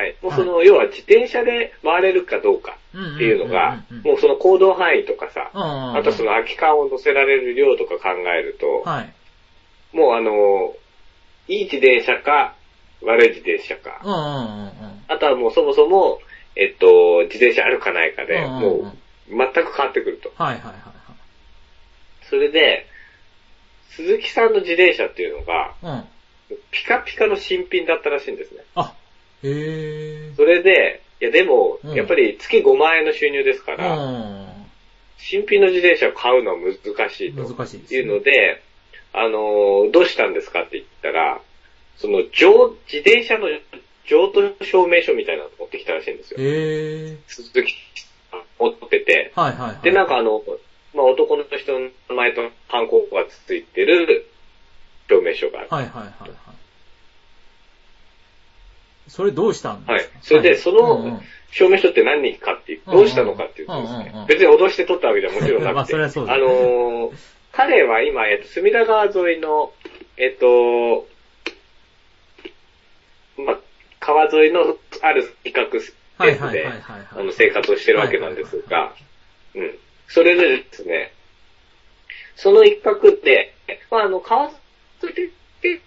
S2: はい。もうその、要は自転車で回れるかどうかっていうのが、もうその行動範囲とかさ、
S1: あ
S2: あとその空き缶を乗せられる量とか考えると、
S1: はい。
S2: もうあの、いい自転車か、悪い自転車か。
S1: うんうんうんうん。
S2: あとはもうそもそも、えっと、自転車あるかないかで、
S1: うんうん
S2: も
S1: うん
S2: う全く変わってくると。
S1: はいはいはいはい。
S2: それで、鈴木さんの自転車っていうのが、
S1: うん。
S2: ピカピカの新品だったらしいんですね。
S1: あ、へえ。
S2: それで、いやでも、
S1: うん
S2: やっぱり月5万円の収入ですか
S1: う
S2: ら、
S1: ん。
S2: 新品の自転車を買うのは難しいと。
S1: 難しいです、
S2: いうので、あのー、どうしたんですかって言ったら、その、上、自転車の譲渡証明書みたいなの持ってきたらしいんですよ。
S1: へえ。
S2: 鈴木さん持ってて。
S1: はいはいはい。
S2: で、なんかあの、まあ、男の人の名前とハンコがついてる証明書がある。
S1: はいはいはいはい。それどうしたんですか
S2: はいそれでその
S1: うんうん
S2: 証明書って何かっていう、
S1: うんうん
S2: どうしたのかっていうとです
S1: うんうんう
S2: ね
S1: ん、
S2: 別に脅して取ったわけじゃもちろん
S1: ま
S2: な
S1: あ
S2: くて、
S1: そりゃそうだ
S2: あのー、彼は今、えっと、隅田川沿いの、えっと、まあ、川沿いのある比較スペ
S1: はい
S2: ース
S1: はいはい
S2: で
S1: は、いはい。
S2: あの、生活をしてるわけなんです
S1: は
S2: が、うん。それでですね、その一角で、まあ、あの、川沿いで、結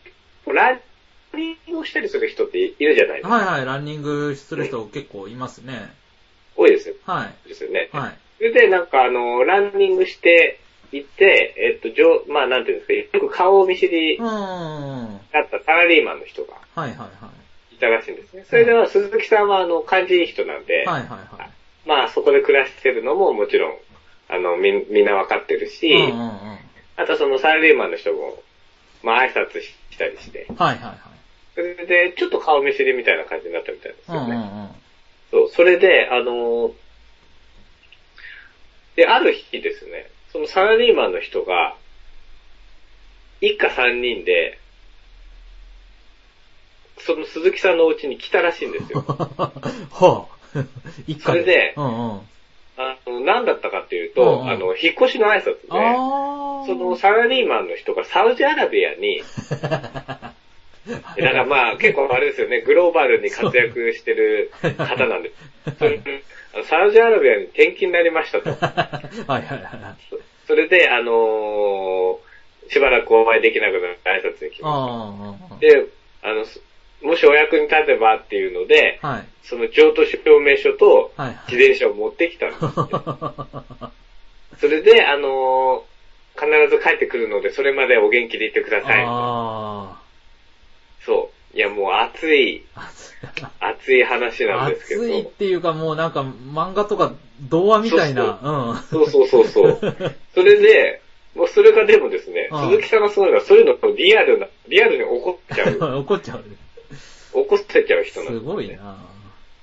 S2: 構ランニングをしたりする人っているじゃないですか。
S1: はいはい、ランニングする人結構いますね。
S2: 多いですよ。
S1: はい。
S2: ですよね。
S1: はい。
S2: それで、なんか、あの、ランニングしていて、えっと、じょまあ、なんていうんですか、よく顔見知り
S1: うん。は
S2: だったサラリーマンの人が
S1: いはいはい。
S2: いたらしいんですね。それでは、鈴木さんは、あの、感じいい人なんで、
S1: はいはいはい。
S2: まあ、そこで暮らしてるのももちろん、あの、みん、みんなわかってるし、
S1: うんうんうん。はい
S2: あとそのサラリーマンの人も、まあ、挨拶したりして、
S1: はいはい。
S2: それで、ちょっと顔見知りみたいな感じになったみたいです
S1: うんう
S2: よ
S1: んう
S2: ね。
S1: ん。
S2: そう、それで、あのーで、ある日ですね、そのサラリーマンの人が、一家三人で、その鈴木さんのお家に来たらしいんで すよ。
S1: はあ。 一
S2: そ
S1: 回
S2: れで
S1: うんうん。
S2: あの、何だったかっていうと、
S1: うんうん
S2: あの、引っ越しの挨拶で、
S1: ああ。
S2: その、サラリーマンの人がサウジアラビア に、だからまあ結構あれですよね、グローバルに活躍してる方なんで、 それあのサウジアラビアに転勤になりましたと。
S1: はいはいはい。
S2: それで、あのーしばらくお会いできなくなって挨拶に来
S1: あ
S2: ま
S1: あ
S2: す。。で、あの、すもしお役に立てばっていうので、
S1: はい。
S2: その譲渡証明書と
S1: はい
S2: 自転車を持ってきたんです。
S1: は
S2: それで、あのー必ず帰ってくるので、それまでお元気でいてくだ
S1: い。
S2: さい。
S1: あ
S2: そう。いや、もう熱い、
S1: あ。熱
S2: 熱い話
S1: い
S2: なんですけど。
S1: 熱いっていうかもうなんか漫画とか童話みたいな。
S2: そう
S1: うん。
S2: そうそうそうそう。 それで、もうそれがでもですね、
S1: うん
S2: 鈴木さんがそういうのは、そういうのをリアルな、リアルに怒っちゃ う、
S1: 怒っちゃうね。
S2: 怒っせちゃう人なんですす、ね。
S1: ごいな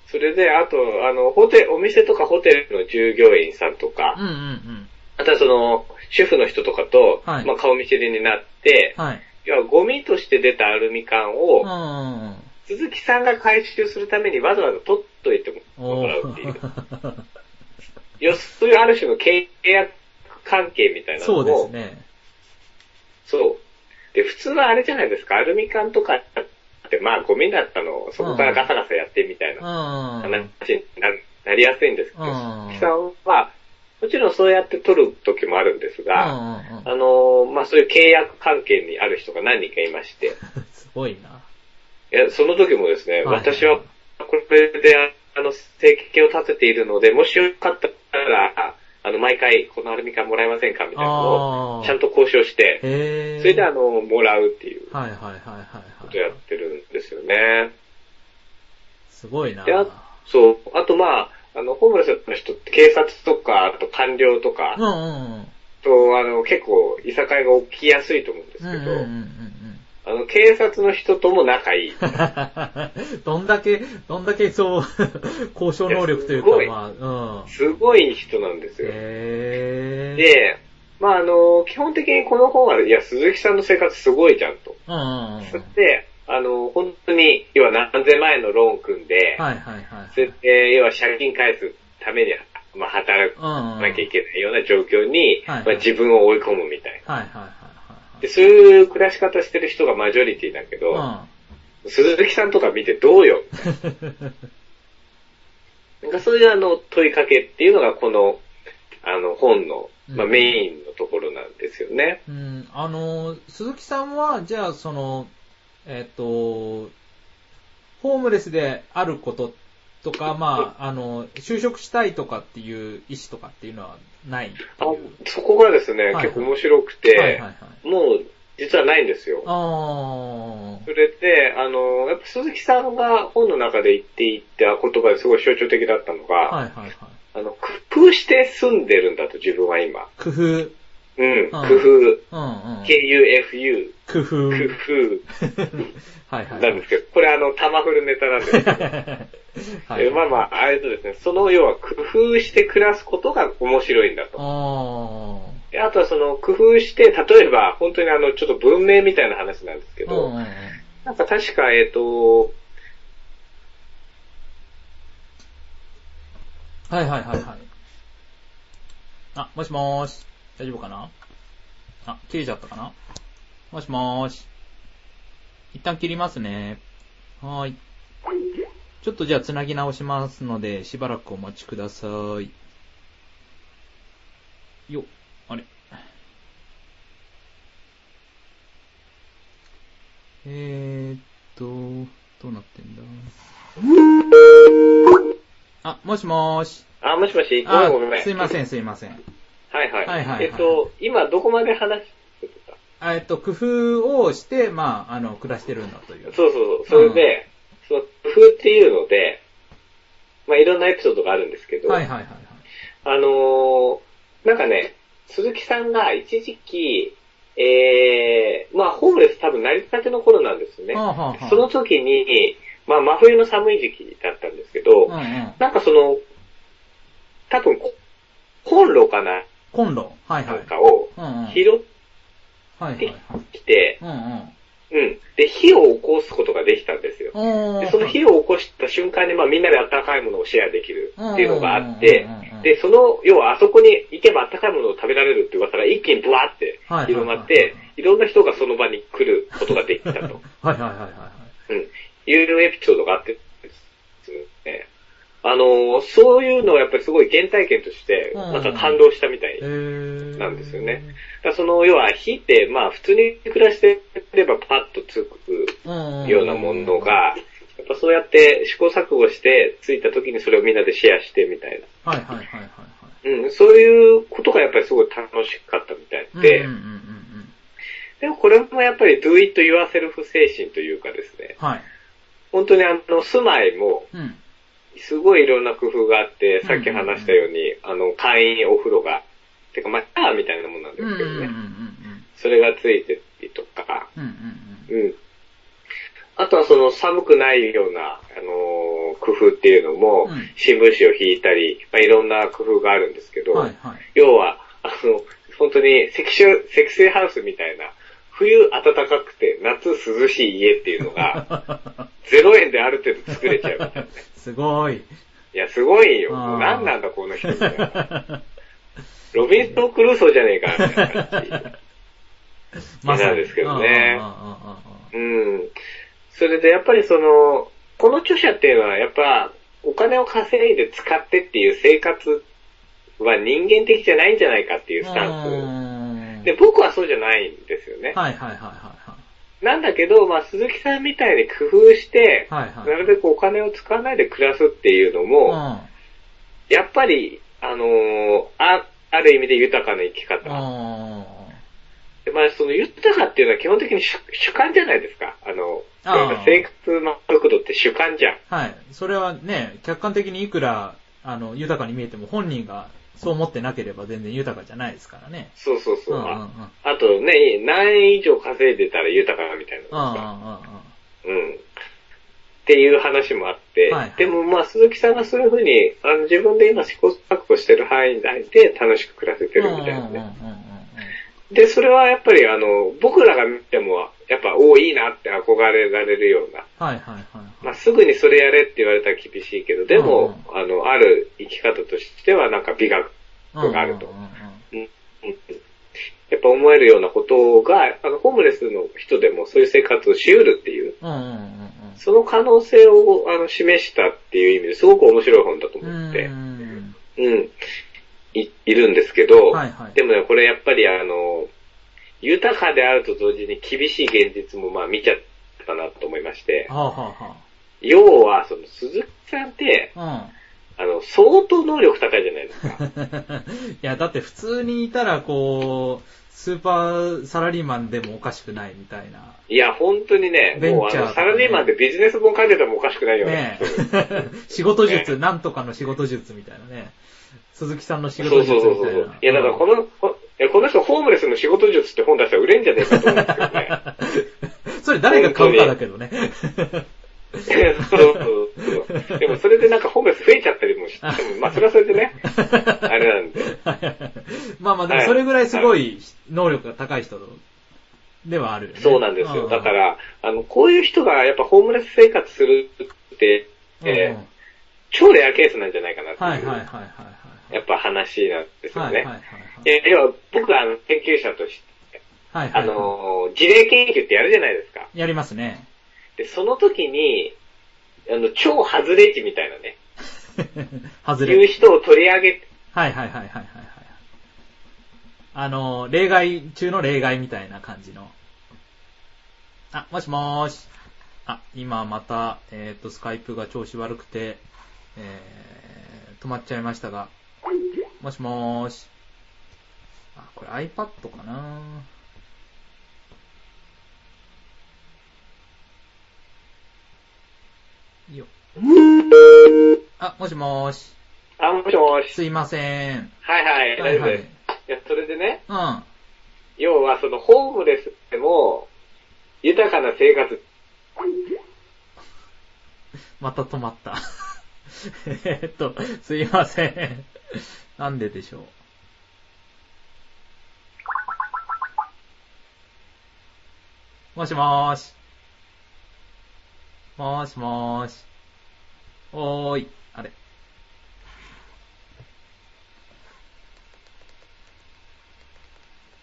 S2: それで、あと、あの、ホテル、お店とかホテルの従業員さんとか、
S1: うんうんうん。
S2: あとはその、主婦の人とかと、
S1: はい
S2: まあ顔見知りになって、
S1: はい。
S2: 要はゴミとして出たアルミ缶を、
S1: うんうんうん。
S2: 鈴木さんが回収するためにわざわざ取っといて
S1: お
S2: もらうっていう。
S1: ー
S2: 要すそういうある種の契約関係みたいなの
S1: そ
S2: を、
S1: うですね。
S2: そう。で、普通はあれじゃないですか、アルミ缶とかって、まあゴミだったのをそこからガサガサやってみたい
S1: うん。
S2: な
S1: は
S2: 話にななりやすいんですけど、
S1: うん
S2: 鈴木さんは、もちろんそうやって取る時もあるんですが、
S1: うんうんう
S2: あのーまあそういう契約関係にある人が何人かいまし
S1: ん。
S2: て、
S1: すごいな。
S2: いや、その時もですね、
S1: はい
S2: 私は、これで、あの、生計を立てているので、もしよかったら、あの、毎回、このアルミ缶もらえませんかみたいなのを、
S1: ああ。
S2: ちゃんと交渉して、
S1: へえ。
S2: それで、あの、もらうっていう
S1: はいはいはいはい
S2: こ
S1: は
S2: と
S1: い。
S2: をやってるんですよね。
S1: すごいな。
S2: であそう。あと、まあ、あの、ホームレスの人って警察とか、あと官僚とか
S1: うん、うんうん。
S2: と、あの、結構、いさかいが起きやすいと思うんです
S1: うん
S2: け
S1: うん
S2: ど、
S1: うんうん
S2: あの、警察の人とも仲いい。
S1: うん。 どんだけ、どんだけそう、 交渉能力という
S2: いやすごい
S1: か、まあ、うん。
S2: すごい人なんですよ。
S1: へえ。、
S2: で、まああの、基本的にこの本は、いや、鈴木さんの生活すごいじゃんと。
S1: うんうんうん。
S2: そして、あの、本当に、要は何千万円のローン組んで、
S1: はいはいはい。
S2: それで、要は借金返すために、まあ、働
S1: うんうん。
S2: か
S1: はい
S2: なきゃいけないような状況に、
S1: はい
S2: まあ、自分を追い込むみたい
S1: はいはい
S2: な。で、そういう暮らし方してる人がマジョリティだけど、
S1: はい。
S2: 鈴木さんとか見てどうよ。
S1: うん。
S2: なんかそういうあの、問いかけっていうのがこの、あの、本の、まあ、
S1: うん
S2: メインのところなんですよね。
S1: うん、 あの、鈴木さんは、じゃあ、その、えっ、と、ホームレスであることとか、まあ、あの、就職したいとかっていう意思とかっていうのはないって
S2: あ
S1: いう。
S2: そこがですね、
S1: はいはい
S2: 結構面白く
S1: はいはい
S2: て、
S1: はい。
S2: もう実はないんですよ。
S1: あ
S2: それで、あの、やっぱ鈴木さんが本の中で言っていた言葉ですごい象徴的だったのが、
S1: あ、はいはいはい。
S2: あの、工夫して住んでるんだと自分は今。
S1: 工夫、うん
S2: うん、工
S1: うん
S2: 夫、。KUFU、
S1: 工夫。
S2: 工
S1: はい
S2: 夫
S1: はい
S2: なんですけど、これあの、玉フルネタなんです けど、
S1: はい。
S2: えまあまあ、あれとですね、その要は工夫して暮らすことが面白いんだと。
S1: ああ。
S2: であとはその工夫して、例えば、本当にあの、ちょっと文明みたいな話なんですけ
S1: う
S2: ど、
S1: んうんうん。
S2: なんか確か、えっ、と、
S1: はいはいはいはい。あ、もしもーし。大丈夫かなあ、切れちゃったかなもしもーし。一旦切りますね。はーい。ちょっとじゃあ繋ぎ直しますので、しばらくお待ちください。よっ、あれ。えーっと、どうなってんだあ、もしもーし。
S2: あ、もしもし、ごめ
S1: あ
S2: んごめん。、
S1: すいま
S2: ん。
S1: せん、すいません。
S2: はいはい。
S1: はいはいはい
S2: えっ、と、今どこまで話してた
S1: あえっと、工夫をして、まあ、あの、暮らしてるんだという。
S2: そうそうそう。それで、その工夫っていうので、まあいろんなエピソードがあるんですけど、
S1: はいはいはいはい。
S2: あのー、なんかね、鈴木さんが一時期、えー、まあホームレス多分成り立ての頃なんですよね。
S1: はあはあはあ
S2: その時に、まあ真冬の寒い時期だったんですけど、
S1: うんうん。
S2: なんかその、多分こ、コンロかな、
S1: コンロ。はいは
S2: なん
S1: い。
S2: かを
S1: うんうん。はい
S2: 拾
S1: はい
S2: っ
S1: はい
S2: て。きて、
S1: うんうん。
S2: うん。で、火を起こすことができたんですよ。
S1: お
S2: で、
S1: ー。
S2: その火を起こした瞬間に、まあみんなで温かいものをシェアできるっていうのがあっ
S1: う
S2: て
S1: んうんうんうんうん、
S2: で、その、要はあそこに行けば温かいものを食べられるって噂が一気にブワーって
S1: はい
S2: 広
S1: は
S2: まっ
S1: いはい
S2: て、いろんな人がその場に来ることができ た
S1: は
S2: と。
S1: いはいはいはいはい。
S2: うん。いうエピソードがあってですね。あのー、そういうのをやっぱりすごい原体験として、
S1: うん
S2: なんか感動したみたい。
S1: えー。
S2: なんですよねだからその、要は火って、まあ普通に暮らしてればパッとつく
S1: うんうん。
S2: ようなもの。が、やっぱそうやって試行錯誤して、ついた時にそれをみんなでシェアしてみたいな。
S1: はいはいはいはいはい。
S2: うん、そういうことがやっぱりすごい楽しかったみたいで、
S1: うんうんうんうん。
S2: でもこれもやっぱり do it yourself 精神というかですね、
S1: はい。
S2: 本当にあの住まいも
S1: うん。
S2: すごいいろんな工夫があって、さっき話したように、あの、簡易お風呂が、てかまあ、シャワーみたいなもんなんで
S1: うんう
S2: す
S1: んう
S2: け
S1: んうん
S2: どね、それがついてたりとか、
S1: うん。うんうんうん。
S2: うん。あとはその寒くないような、あのー工夫っていうのも
S1: うん、
S2: 新聞紙を引いたり、まあ、いろんな工夫があるんですけど、
S1: はいはい。
S2: 要は、あの、本当に積州、積水ハウスみたいな、冬暖かくて夏涼しい家っていう のが、0円である程度作れちゃうみたいな。い
S1: すごい。
S2: や、すごいよ。
S1: あー
S2: もう何なんだこの人みたいな。ロビンソン・クルーソーじゃねえか、みたいな感じ。 なんですけどね
S1: うんうんうんうんうん
S2: うん。それでやっぱりその、この著者っていうのはやっぱお金を稼いで使ってっていう生活は人間的じゃないんじゃないかっていうスタン
S1: うーん
S2: ス。で、僕はそうじゃないんですよね。
S1: はいはいはいはいはい。
S2: なんだけど、まあ、鈴木さんみたいに工夫して、
S1: はい
S2: な
S1: はい。
S2: るべくお金を使わないで暮らすっていうの
S1: うん。
S2: も、
S1: あ
S2: やっぱり、あのーあ、ある意味で豊かな生き方。
S1: あ。
S2: まあ、その豊かっていうのは基本的に主主観じゃないですか。あの、
S1: あー
S2: やっぱ生活の速度って主観じゃん。
S1: はい。それはね、客観的にいくら、あの、豊かに見えても本人がそう思ってなければ全然豊かじゃないですからね。
S2: そうそう
S1: う
S2: そ
S1: ん
S2: う。
S1: うんうん。うんうん
S2: ああとね、何円以上稼いでたら豊かなみたいなの
S1: うんう
S2: とか。
S1: ん
S2: うん。っていう話もあって、
S1: はいはい
S2: でもまあ鈴木さんがそういうふうに、あの自分で今試行錯誤してる範囲内で楽しく暮らせて
S1: うん。
S2: るみたいな
S1: うんうんうんうんうん
S2: ね。で、それはやっぱりあの、僕らが見ても、やっぱ、おーいいなって憧れられるような。
S1: はいはいはいはい。
S2: まあ、すぐにそれやれって言われたら厳しいけど、でも、
S1: う
S2: あの、ある生き方としてはなんか美学、ことがあると
S1: うんうんうんうん
S2: うんやっぱ思えるようなことが、あの、ホームレスの人でもそういう生活をし得るっていう、
S1: うんうんうん
S2: その可能性を、あの、示したっていう意味ですごく面白い本だと
S1: うん。
S2: 思って
S1: う、ん。
S2: うん、い、いるんですけど、
S1: はいはい。
S2: でもね、これやっぱりあの、豊かであると同時に厳しい現実もまあ見ちゃったなと思いまして、
S1: はあは
S2: 要は、その、鈴木さんって、
S1: あはあ。うん。
S2: あの、相当能力高いじゃないです か。
S1: いや、だって普通にいたら、こう、スーパーサラリーマンでもおかしくないみたいな。
S2: いや、本当にね、
S1: ベンチャー
S2: もうあの、サラリーマンでビジネス本書いててもおかしくないよね
S1: ね。 え。仕事術、なんとかの仕事術みたいなね。鈴木さんの仕
S2: そ
S1: 事
S2: う
S1: 術
S2: そう
S1: み
S2: そうそ
S1: たいな。
S2: う。いや、だからこの、こいやこの人ホームレスの仕事術って本出したら売れんじゃねえかと思うんですけどね。
S1: それ誰が買うかだけどね。
S2: そうそうそう。でもそれでなんかホームレス増えちゃったりもして も、まあそれはそれでね、あれなんで。
S1: まあまあ、でもそれぐらいすごい能力が高い人ではあるよね、、
S2: そうなんですよ。だからら、あの、こういう人がやっぱホームレス生活するって、えー
S1: うん
S2: 超レアケースなんじゃないかなっていう、
S1: はいはいはいはい
S2: やっぱ話なんです
S1: は
S2: よ
S1: い。
S2: ね。
S1: はいはいはいはい。
S2: え要は僕はあの研究者として、
S1: はいは
S2: あ
S1: いは
S2: のー、事例研究ってやるじゃないですか。
S1: い。やります ね。
S2: で、その時に、あの、超外れ値みたいなね、
S1: 外れ。
S2: いう人を取り上げて、
S1: はいはいはいはいはいはい。あの、例外中の例外みたいな感じの。あ、もしもーし。あ、今また、えっ、と、スカイプが調子悪くて、えー、止まっちゃいましたが。もしもーし。あ、これ iPad かなよっあ、もしもーし。
S2: あ、もしもし。
S1: すいません。
S2: はいはい、
S1: はい
S2: 大丈夫
S1: はい。
S2: で
S1: う
S2: す。いや、それでね、
S1: ん。
S2: 要はそのホームレスでも、豊かな生活、
S1: また止まった。 えーっと、すいません。なんででしょう。もしもーし。もーしもーし。おーい。あれ。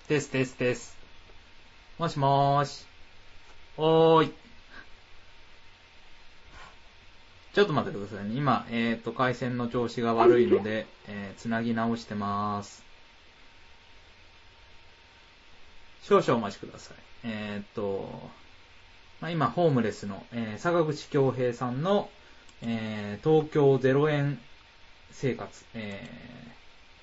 S1: ですですです。もしもーし。おーい。ちょっと待ってくださいね。今、えっ、と、回線の調子が悪いので、えー、つなぎ直してます。少々お待ちください。えっ、と、まあ、今、ホームレスの、えー、坂口京平さんの、えー、東京0円生活、え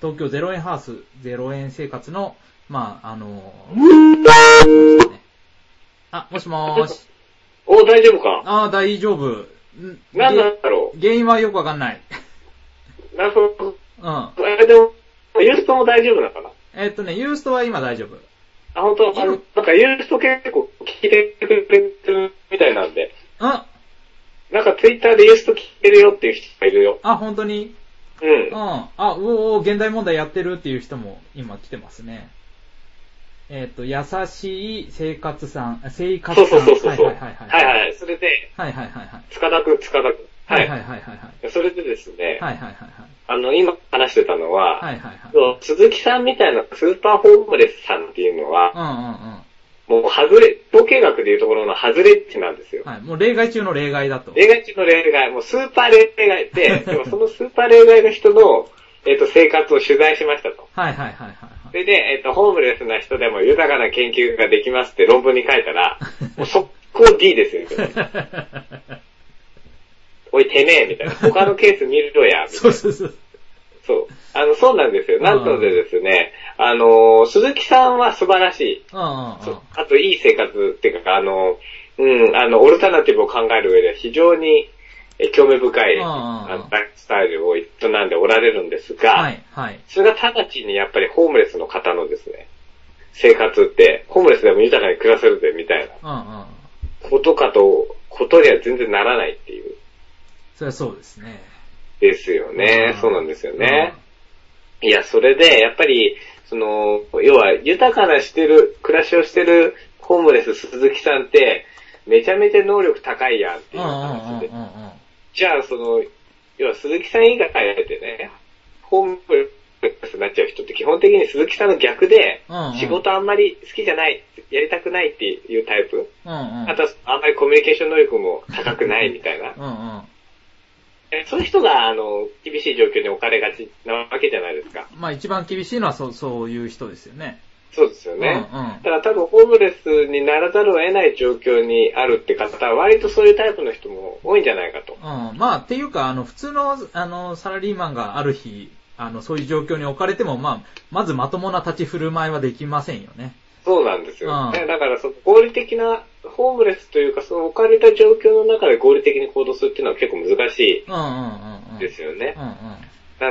S1: ー、東京0円ハウス0円生活の、まあ、あのーあ、もしもーし。
S2: お、大丈夫か
S1: ああ、大丈夫。
S2: なんなんだろ
S1: 原因はよくわかんない。
S2: うな、その、
S1: うん。
S2: あれでも、ユーストも大丈夫なのかな
S1: えっとね、ユーストは今大丈夫。
S2: あ、本当あの、なんかユースト結構聞いてくれてるみたいなんで、
S1: うん
S2: なんかツイッターでユースト聞いてるよっていう人がいるよ。
S1: あ、本当に
S2: う
S1: うん。
S2: ん。
S1: あ、おーおー現代問題やってるっていう人も今来てますね。えっ、と、優しい生活さん、あ生活
S2: そ
S1: さ。
S2: うんそうそうそう。そう
S1: は
S2: はいい
S1: はいはい。
S2: はいはい。それで、
S1: はいはいはいはい。
S2: 塚田くん、塚田くん。
S1: は
S2: はいい。
S1: はいはいはい。
S2: それでですね、
S1: はいはいはい
S2: あの、今話してたのは、
S1: はい。はいはいはい。
S2: そう鈴木さんみたいなスーパーホームレスさんっていうのは、
S1: うんうんうん。
S2: もう外れ、統計学でいうところの外れ値なんですよ。
S1: はい。もう例外中の例外だと。
S2: 例外中の例外、もうスーパー例外 で、でもそのスーパー例外の人の、えっ、と、生活を取材しましたと。
S1: はいはいはいはいはい。
S2: それで、えっと、ホームレスな人でも豊かな研究ができますって論文に書い たら、もう速攻 D ですよ、みたいなおい、てめえ、みたい な。他のケース見ろや、みたいな。
S1: そうそうそう。
S2: そう。あの、そうなんですよ。なんとでですね、あの、鈴木さんは素晴らしい。
S1: うんうんうん。
S2: そうあと、いい生活っていうか、あの、うん、あの、オルタナティブを考える上では非常にえ興味深い、
S1: うんうんうん
S2: あの、ライフスタイルを営んでおられるんですが、
S1: はい、はい。
S2: それが直ちにやっぱりホームレスの方のですね、生活って、ホームレスでも豊かに暮らせるぜ、みたいな
S1: うんうん。
S2: ことかと、ことには全然ならないっていう。
S1: そりゃそうですね。
S2: ですよね
S1: う。ん
S2: そうなんですよね。いや、それで、やっぱり、その、要は、豊かなしてる、暮らしをしてるホームレス鈴木さんって、めちゃめちゃ能力高いやんって
S1: う
S2: い
S1: ん
S2: う
S1: うん
S2: 話
S1: うんうん
S2: で
S1: う。ん。
S2: じゃあ、その、要は鈴木さん以外でね、ホームレスになっちゃう人って基本的に鈴木さんの逆で、
S1: うんうん
S2: 仕事あんまり好きじゃない、やりたくないっていうタイプ。
S1: うんうん。
S2: あと、あんまりコミュニケーション能力も高くないみたいな。
S1: うんうん。
S2: えそういう人が、あの、厳しい状況に置かれがちなわけじゃないですか。
S1: まあ一番厳しいのはそう、そういう人ですよね。
S2: そうですよね。
S1: うんうん
S2: だから多分ホームレスにならざるを得ない状況にあるって方は、割とそういうタイプの人も多いんじゃないかと。
S1: うん。まあっていうか、あの、普通の、あの、サラリーマンがある日、あの、そういう状況に置かれても、まあ、まずまともな立ち振る舞いはできませんよね。
S2: そうなんですよ、ね
S1: うん
S2: だからその合理的な、ホームレスというか、その置かれた状況の中で合理的に行動するっていうのは結構難し
S1: うんうんうんうん。
S2: いですよね
S1: う。んう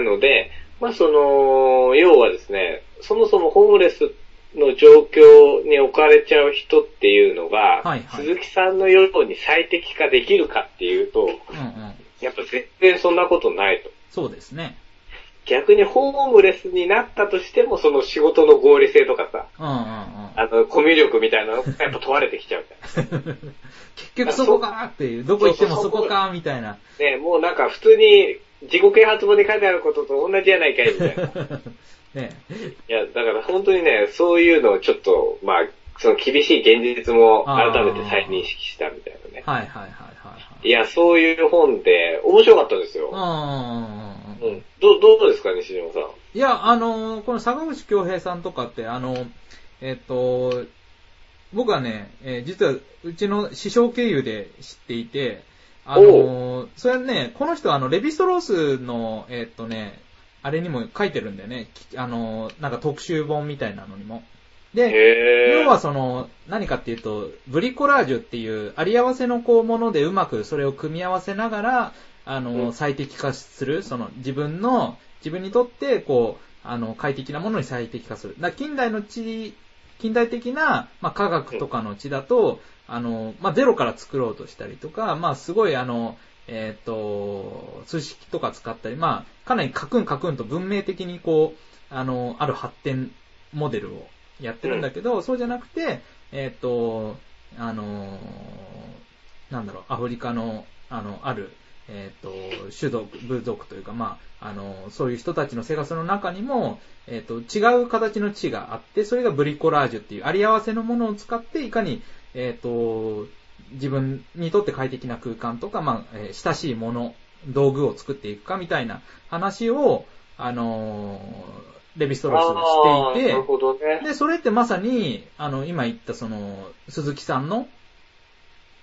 S1: ん。
S2: なので、まあその、要はですね、そもそもホームレスの状況に置かれちゃう人っていうのが、
S1: はいはい
S2: 鈴木さんのように最適化できるかっていうと、
S1: うんうん。
S2: やっぱ全然そんなことないと。
S1: そうですね。
S2: 逆にホームレスになったとしても、その仕事の合理性とかさ、
S1: うんうんうん。
S2: あの、コミュ力みたいなのがやっぱ問われてきちゃうから。
S1: 結局そこかっていう、どこ行ってもそこかみたいな。
S2: ねもうなんか普通に自己啓発本に書いてあることと同じじゃないかいみ たいな。い
S1: ね
S2: や、だから本当にね、そういうのをちょっと、まあ、その厳しい現実も改めて再認識したみたいなね。
S1: はいはいはいはい
S2: いや、そういう本で面白かったですよ。
S1: はい。うんうんうんうん
S2: う。ん。どう、どうですか、西島さん。
S1: いや、あのーこの坂口京平さんとかって、あのえっ、と、僕はね、えー実はうちの師匠経由で知っていて、あのーそれね、この人はあの、レヴィストロースの、えっ、とね、あれにも書いてるんだよね、きあのーなんか特集本みたいなのにも。で、
S2: へー。
S1: 要はその、何かっていうと、ブリコラージュっていう、あり合わせのこうものでうまくそれを組み合わせながら、あ
S2: うん
S1: の、最適化する、その自分の、自分にとって、こう、あの、快適なものに最適化する。だから近代の地、近代的な、まあ、科学とかの地だと、あの、まあ、ゼロから作ろうとしたりとか、まあ、すごいあの、えっ、と、数式とか使ったり、まあ、かなりカクンカクンと文明的にこう、あの、ある発展モデルをやってるんだけど、そうじゃなくて、えっ、と、あのーなんだろう、アフリカの、あの、ある、えっ、と、種族、部族というか、まあ、あの、そういう人たちの生活の中にも、えっ、と、違う形の地があって、それがブリコラージュっていう、あり合わせのものを使って、いかに、えっ、と、自分にとって快適な空間とか、まあ、えー親しいもの、道具を作っていくかみたいな話を、あのーレビストロースがしていて
S2: あーな、るほどね。
S1: で、それってまさに、あの、今言ったその、鈴木さんの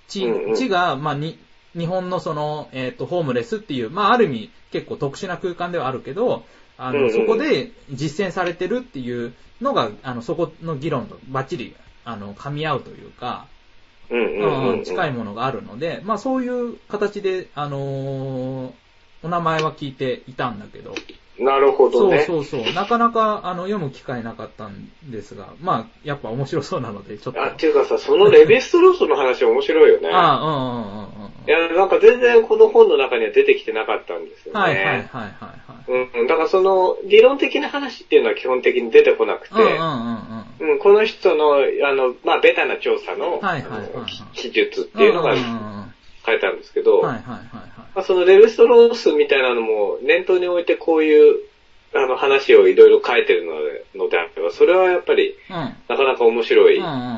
S1: 地、
S2: うんうん
S1: 地が、まあ、に、日本のその、えっ、と、ホームレスっていう、まあ、ある意味結構特殊な空間ではあるけど、あの、
S2: うんうん
S1: そこで実践されてるっていうのが、あの、そこの議論とバッチリ、あの、噛み合うというか、
S2: うんうんうん、うん。
S1: 近いものがあるので、まあ、そういう形で、あのーお名前は聞いていたんだけど、
S2: なるほどね。
S1: そうそうそう。なかなか、あの、読む機会なかったんですが、まあ、やっぱ面白そうなので、ちょっと。
S2: あ、っていうかさ、そのレベストロースの話面白いよね。
S1: あうんうんうん
S2: いや、なんか全然この本の中には出てきてなかったんですよ
S1: うん。
S2: ね。
S1: はいはいはいはいはい。
S2: うん、だからその理論的な話っていうのは基本的に出てこなくて、
S1: うんうんうんうん。
S2: うんこの人の、あの、まあ、ベタな調査
S1: は
S2: の、
S1: いはいはいはい
S2: あのき記述っていうのが
S1: うんうんうん
S2: 書いてあるんですけど、
S1: うんはいはいはい
S2: まあ、そのレベストロースみたいなのも念頭に置いてこういう、あの話をいろいろ書いてるので、のであれば、それはやっぱり
S1: はい。
S2: なかなか面白
S1: う
S2: い、
S1: ん。うんうん
S2: や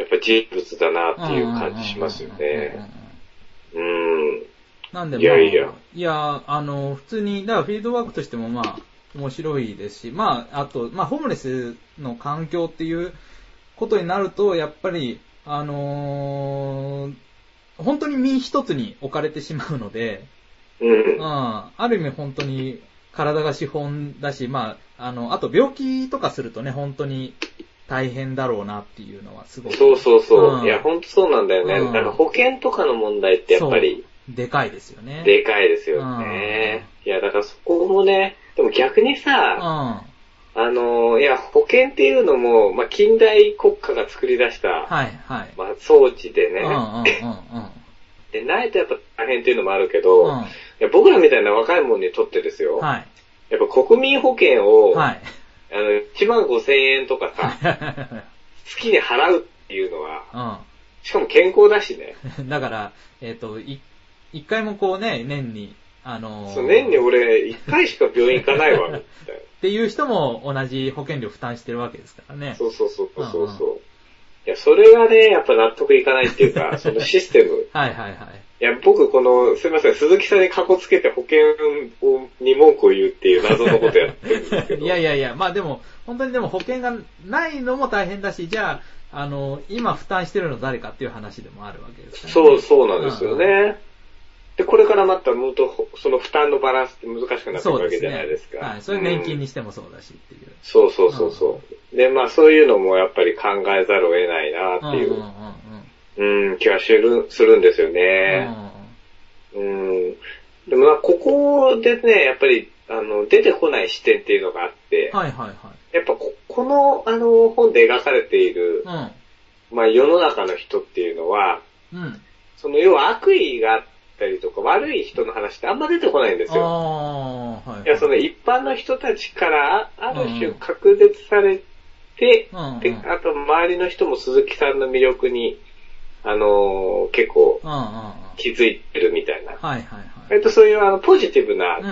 S1: う
S2: っぱ人物だなっていうん
S1: うん。
S2: 感じしますよ
S1: うんうん
S2: ね。
S1: うんうん。
S2: うん。
S1: なんで、
S2: いやいや
S1: まあいや、あの、普通に、だからフィードバックとしてもまあ、面白いですし、まあ、あと、まあ、ホームレスの環境っていうことになると、やっぱり、あのー本当に身一つに置かれてしまうので、
S2: うん
S1: うん、。ある意味本当に体が資本だし、まあ、あの、あと病気とかするとね、本当に大変だろうなっていうのはすごく。
S2: そうそうそう。
S1: うん
S2: いや、ほんとそうなんだよね。
S1: うん
S2: なんか保険とかの問題ってやっぱり
S1: でかいですよね。
S2: でかいですよね。いや、だからそこもね、でも逆に
S1: うん。
S2: さ、
S1: は
S2: あの、いや、保険っていうのも、まあ、近代国家が作り出した、
S1: い、はい。
S2: まあ、装置で
S1: うん、
S2: ね
S1: うん、、う
S2: で、ないとやっぱ大変っていうのもあるけど、
S1: ん、うん。
S2: いや僕らみたいな若いもんにとってですよ、
S1: うん。はい。
S2: やっぱ国民保険を、
S1: はい。
S2: あの、1万5千円とかさ、月に払うっていうのは、しかも健康だしね、
S1: うん。 だから、えっ、と、い一回もこうね、年に、あのー
S2: そう年に俺1回しか病院行かないわ、みたいな。
S1: っていう人も同じ保険料負担してるわけですからね。
S2: そうそうそうそうそう。
S1: う
S2: いや、それがね、やっぱ納得いかないってい うか、そのシステム。
S1: はいはいはい。
S2: いや、僕、この、すみません、鈴木さんにカこつけて保険をに文句を言うっていう謎のことやってるんですけど。
S1: いやいやいや、まあでも、本当にでも保険がないのも大変だし、じゃあ、あの、今負担してるの誰かっていう話でもあるわけですからね。
S2: そう、そうなんですよね。で、これからまた、もっと、その負担のバランスって難しくなってく
S1: そう
S2: るわ
S1: で
S2: け
S1: す
S2: じ
S1: ね。
S2: ゃないですか。
S1: はい。それ年金
S2: うん
S1: にしてもそうだしっていう。
S2: そうそうそうそう。で、まあ、そういうのもやっぱり考えざるを得ないなってい
S1: うんうん
S2: う、
S1: うん
S2: うん、気はする、するんですよね。うん。でもまあ、ここでね、やっぱり、あの、出てこない視点っていうのがあって、
S1: うん。はいはい
S2: やっぱこ、この、あの、本で描かれている、
S1: はい。
S2: まあ、世の中の人っていうのは、
S1: うん。うん。
S2: その、要は悪意があったりとか、悪い人の話ってあんま出てこないんですよ。
S1: ああー、はい。
S2: いや、その、一般の人たちから、あある種、隔絶されて、
S1: うんうん
S2: で、あと、周りの人も鈴木さんの魅力に、あの、結構、
S1: うんうんうん。
S2: 気づいてるみたいな。
S1: はいはいは
S2: えっ
S1: い。
S2: と、そういう、あの、ポジティブな
S1: うんうん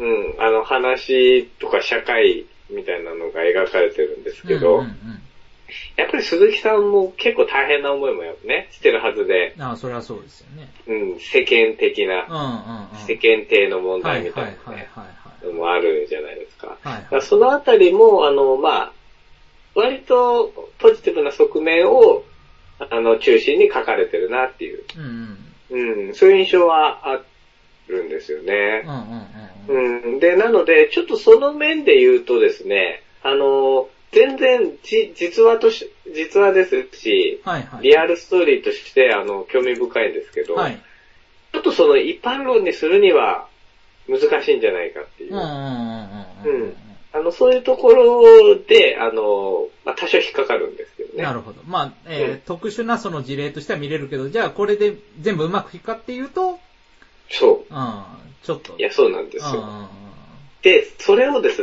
S1: うん。
S2: うん、あの話とか社会みたいなのが描かれてるんですけど、
S1: うんうんう
S2: やっぱり鈴木さんも結構大変な思いもやっぱね、してるはずで、
S1: ん。ああ、それはそうですよね。
S2: うん、世間的
S1: うん
S2: な、
S1: うんうん。
S2: 世間体の問
S1: は
S2: 題
S1: い
S2: み
S1: はい
S2: た
S1: はいいはい
S2: なね、
S1: はい。
S2: のもあるじゃないですか。
S1: はい
S2: だか
S1: はい
S2: ら。そのあたりも、あの、まあ、割とポジティブな側面を、あの、中心に書かれてるなっていう、
S1: うんうん。
S2: うん、そういう印象はあるんですよね。
S1: うんうんうんうん。
S2: うん。で、なので、ちょっとその面で言うとですね、あの、全然じ、実話とし、実話ですし、
S1: はいはい。
S2: リアルストーリーとして、あの、興味深いんですけど、
S1: はい。
S2: ちょっとその一般論にするには難しいんじゃないかっていうう。
S1: んうんうんうんうんうん。
S2: あの、そういうところで、あの、まあ、多少引っかかるんですけどね。
S1: なるほど。まあ、えー特殊なその事例としては見れるけど、じゃあこれで全部うまくいくかっていうと、うん、
S2: そ
S1: ちょっと。
S2: う。いや、そうなんです
S1: うんうん
S2: よ。
S1: うん
S2: で、それをですね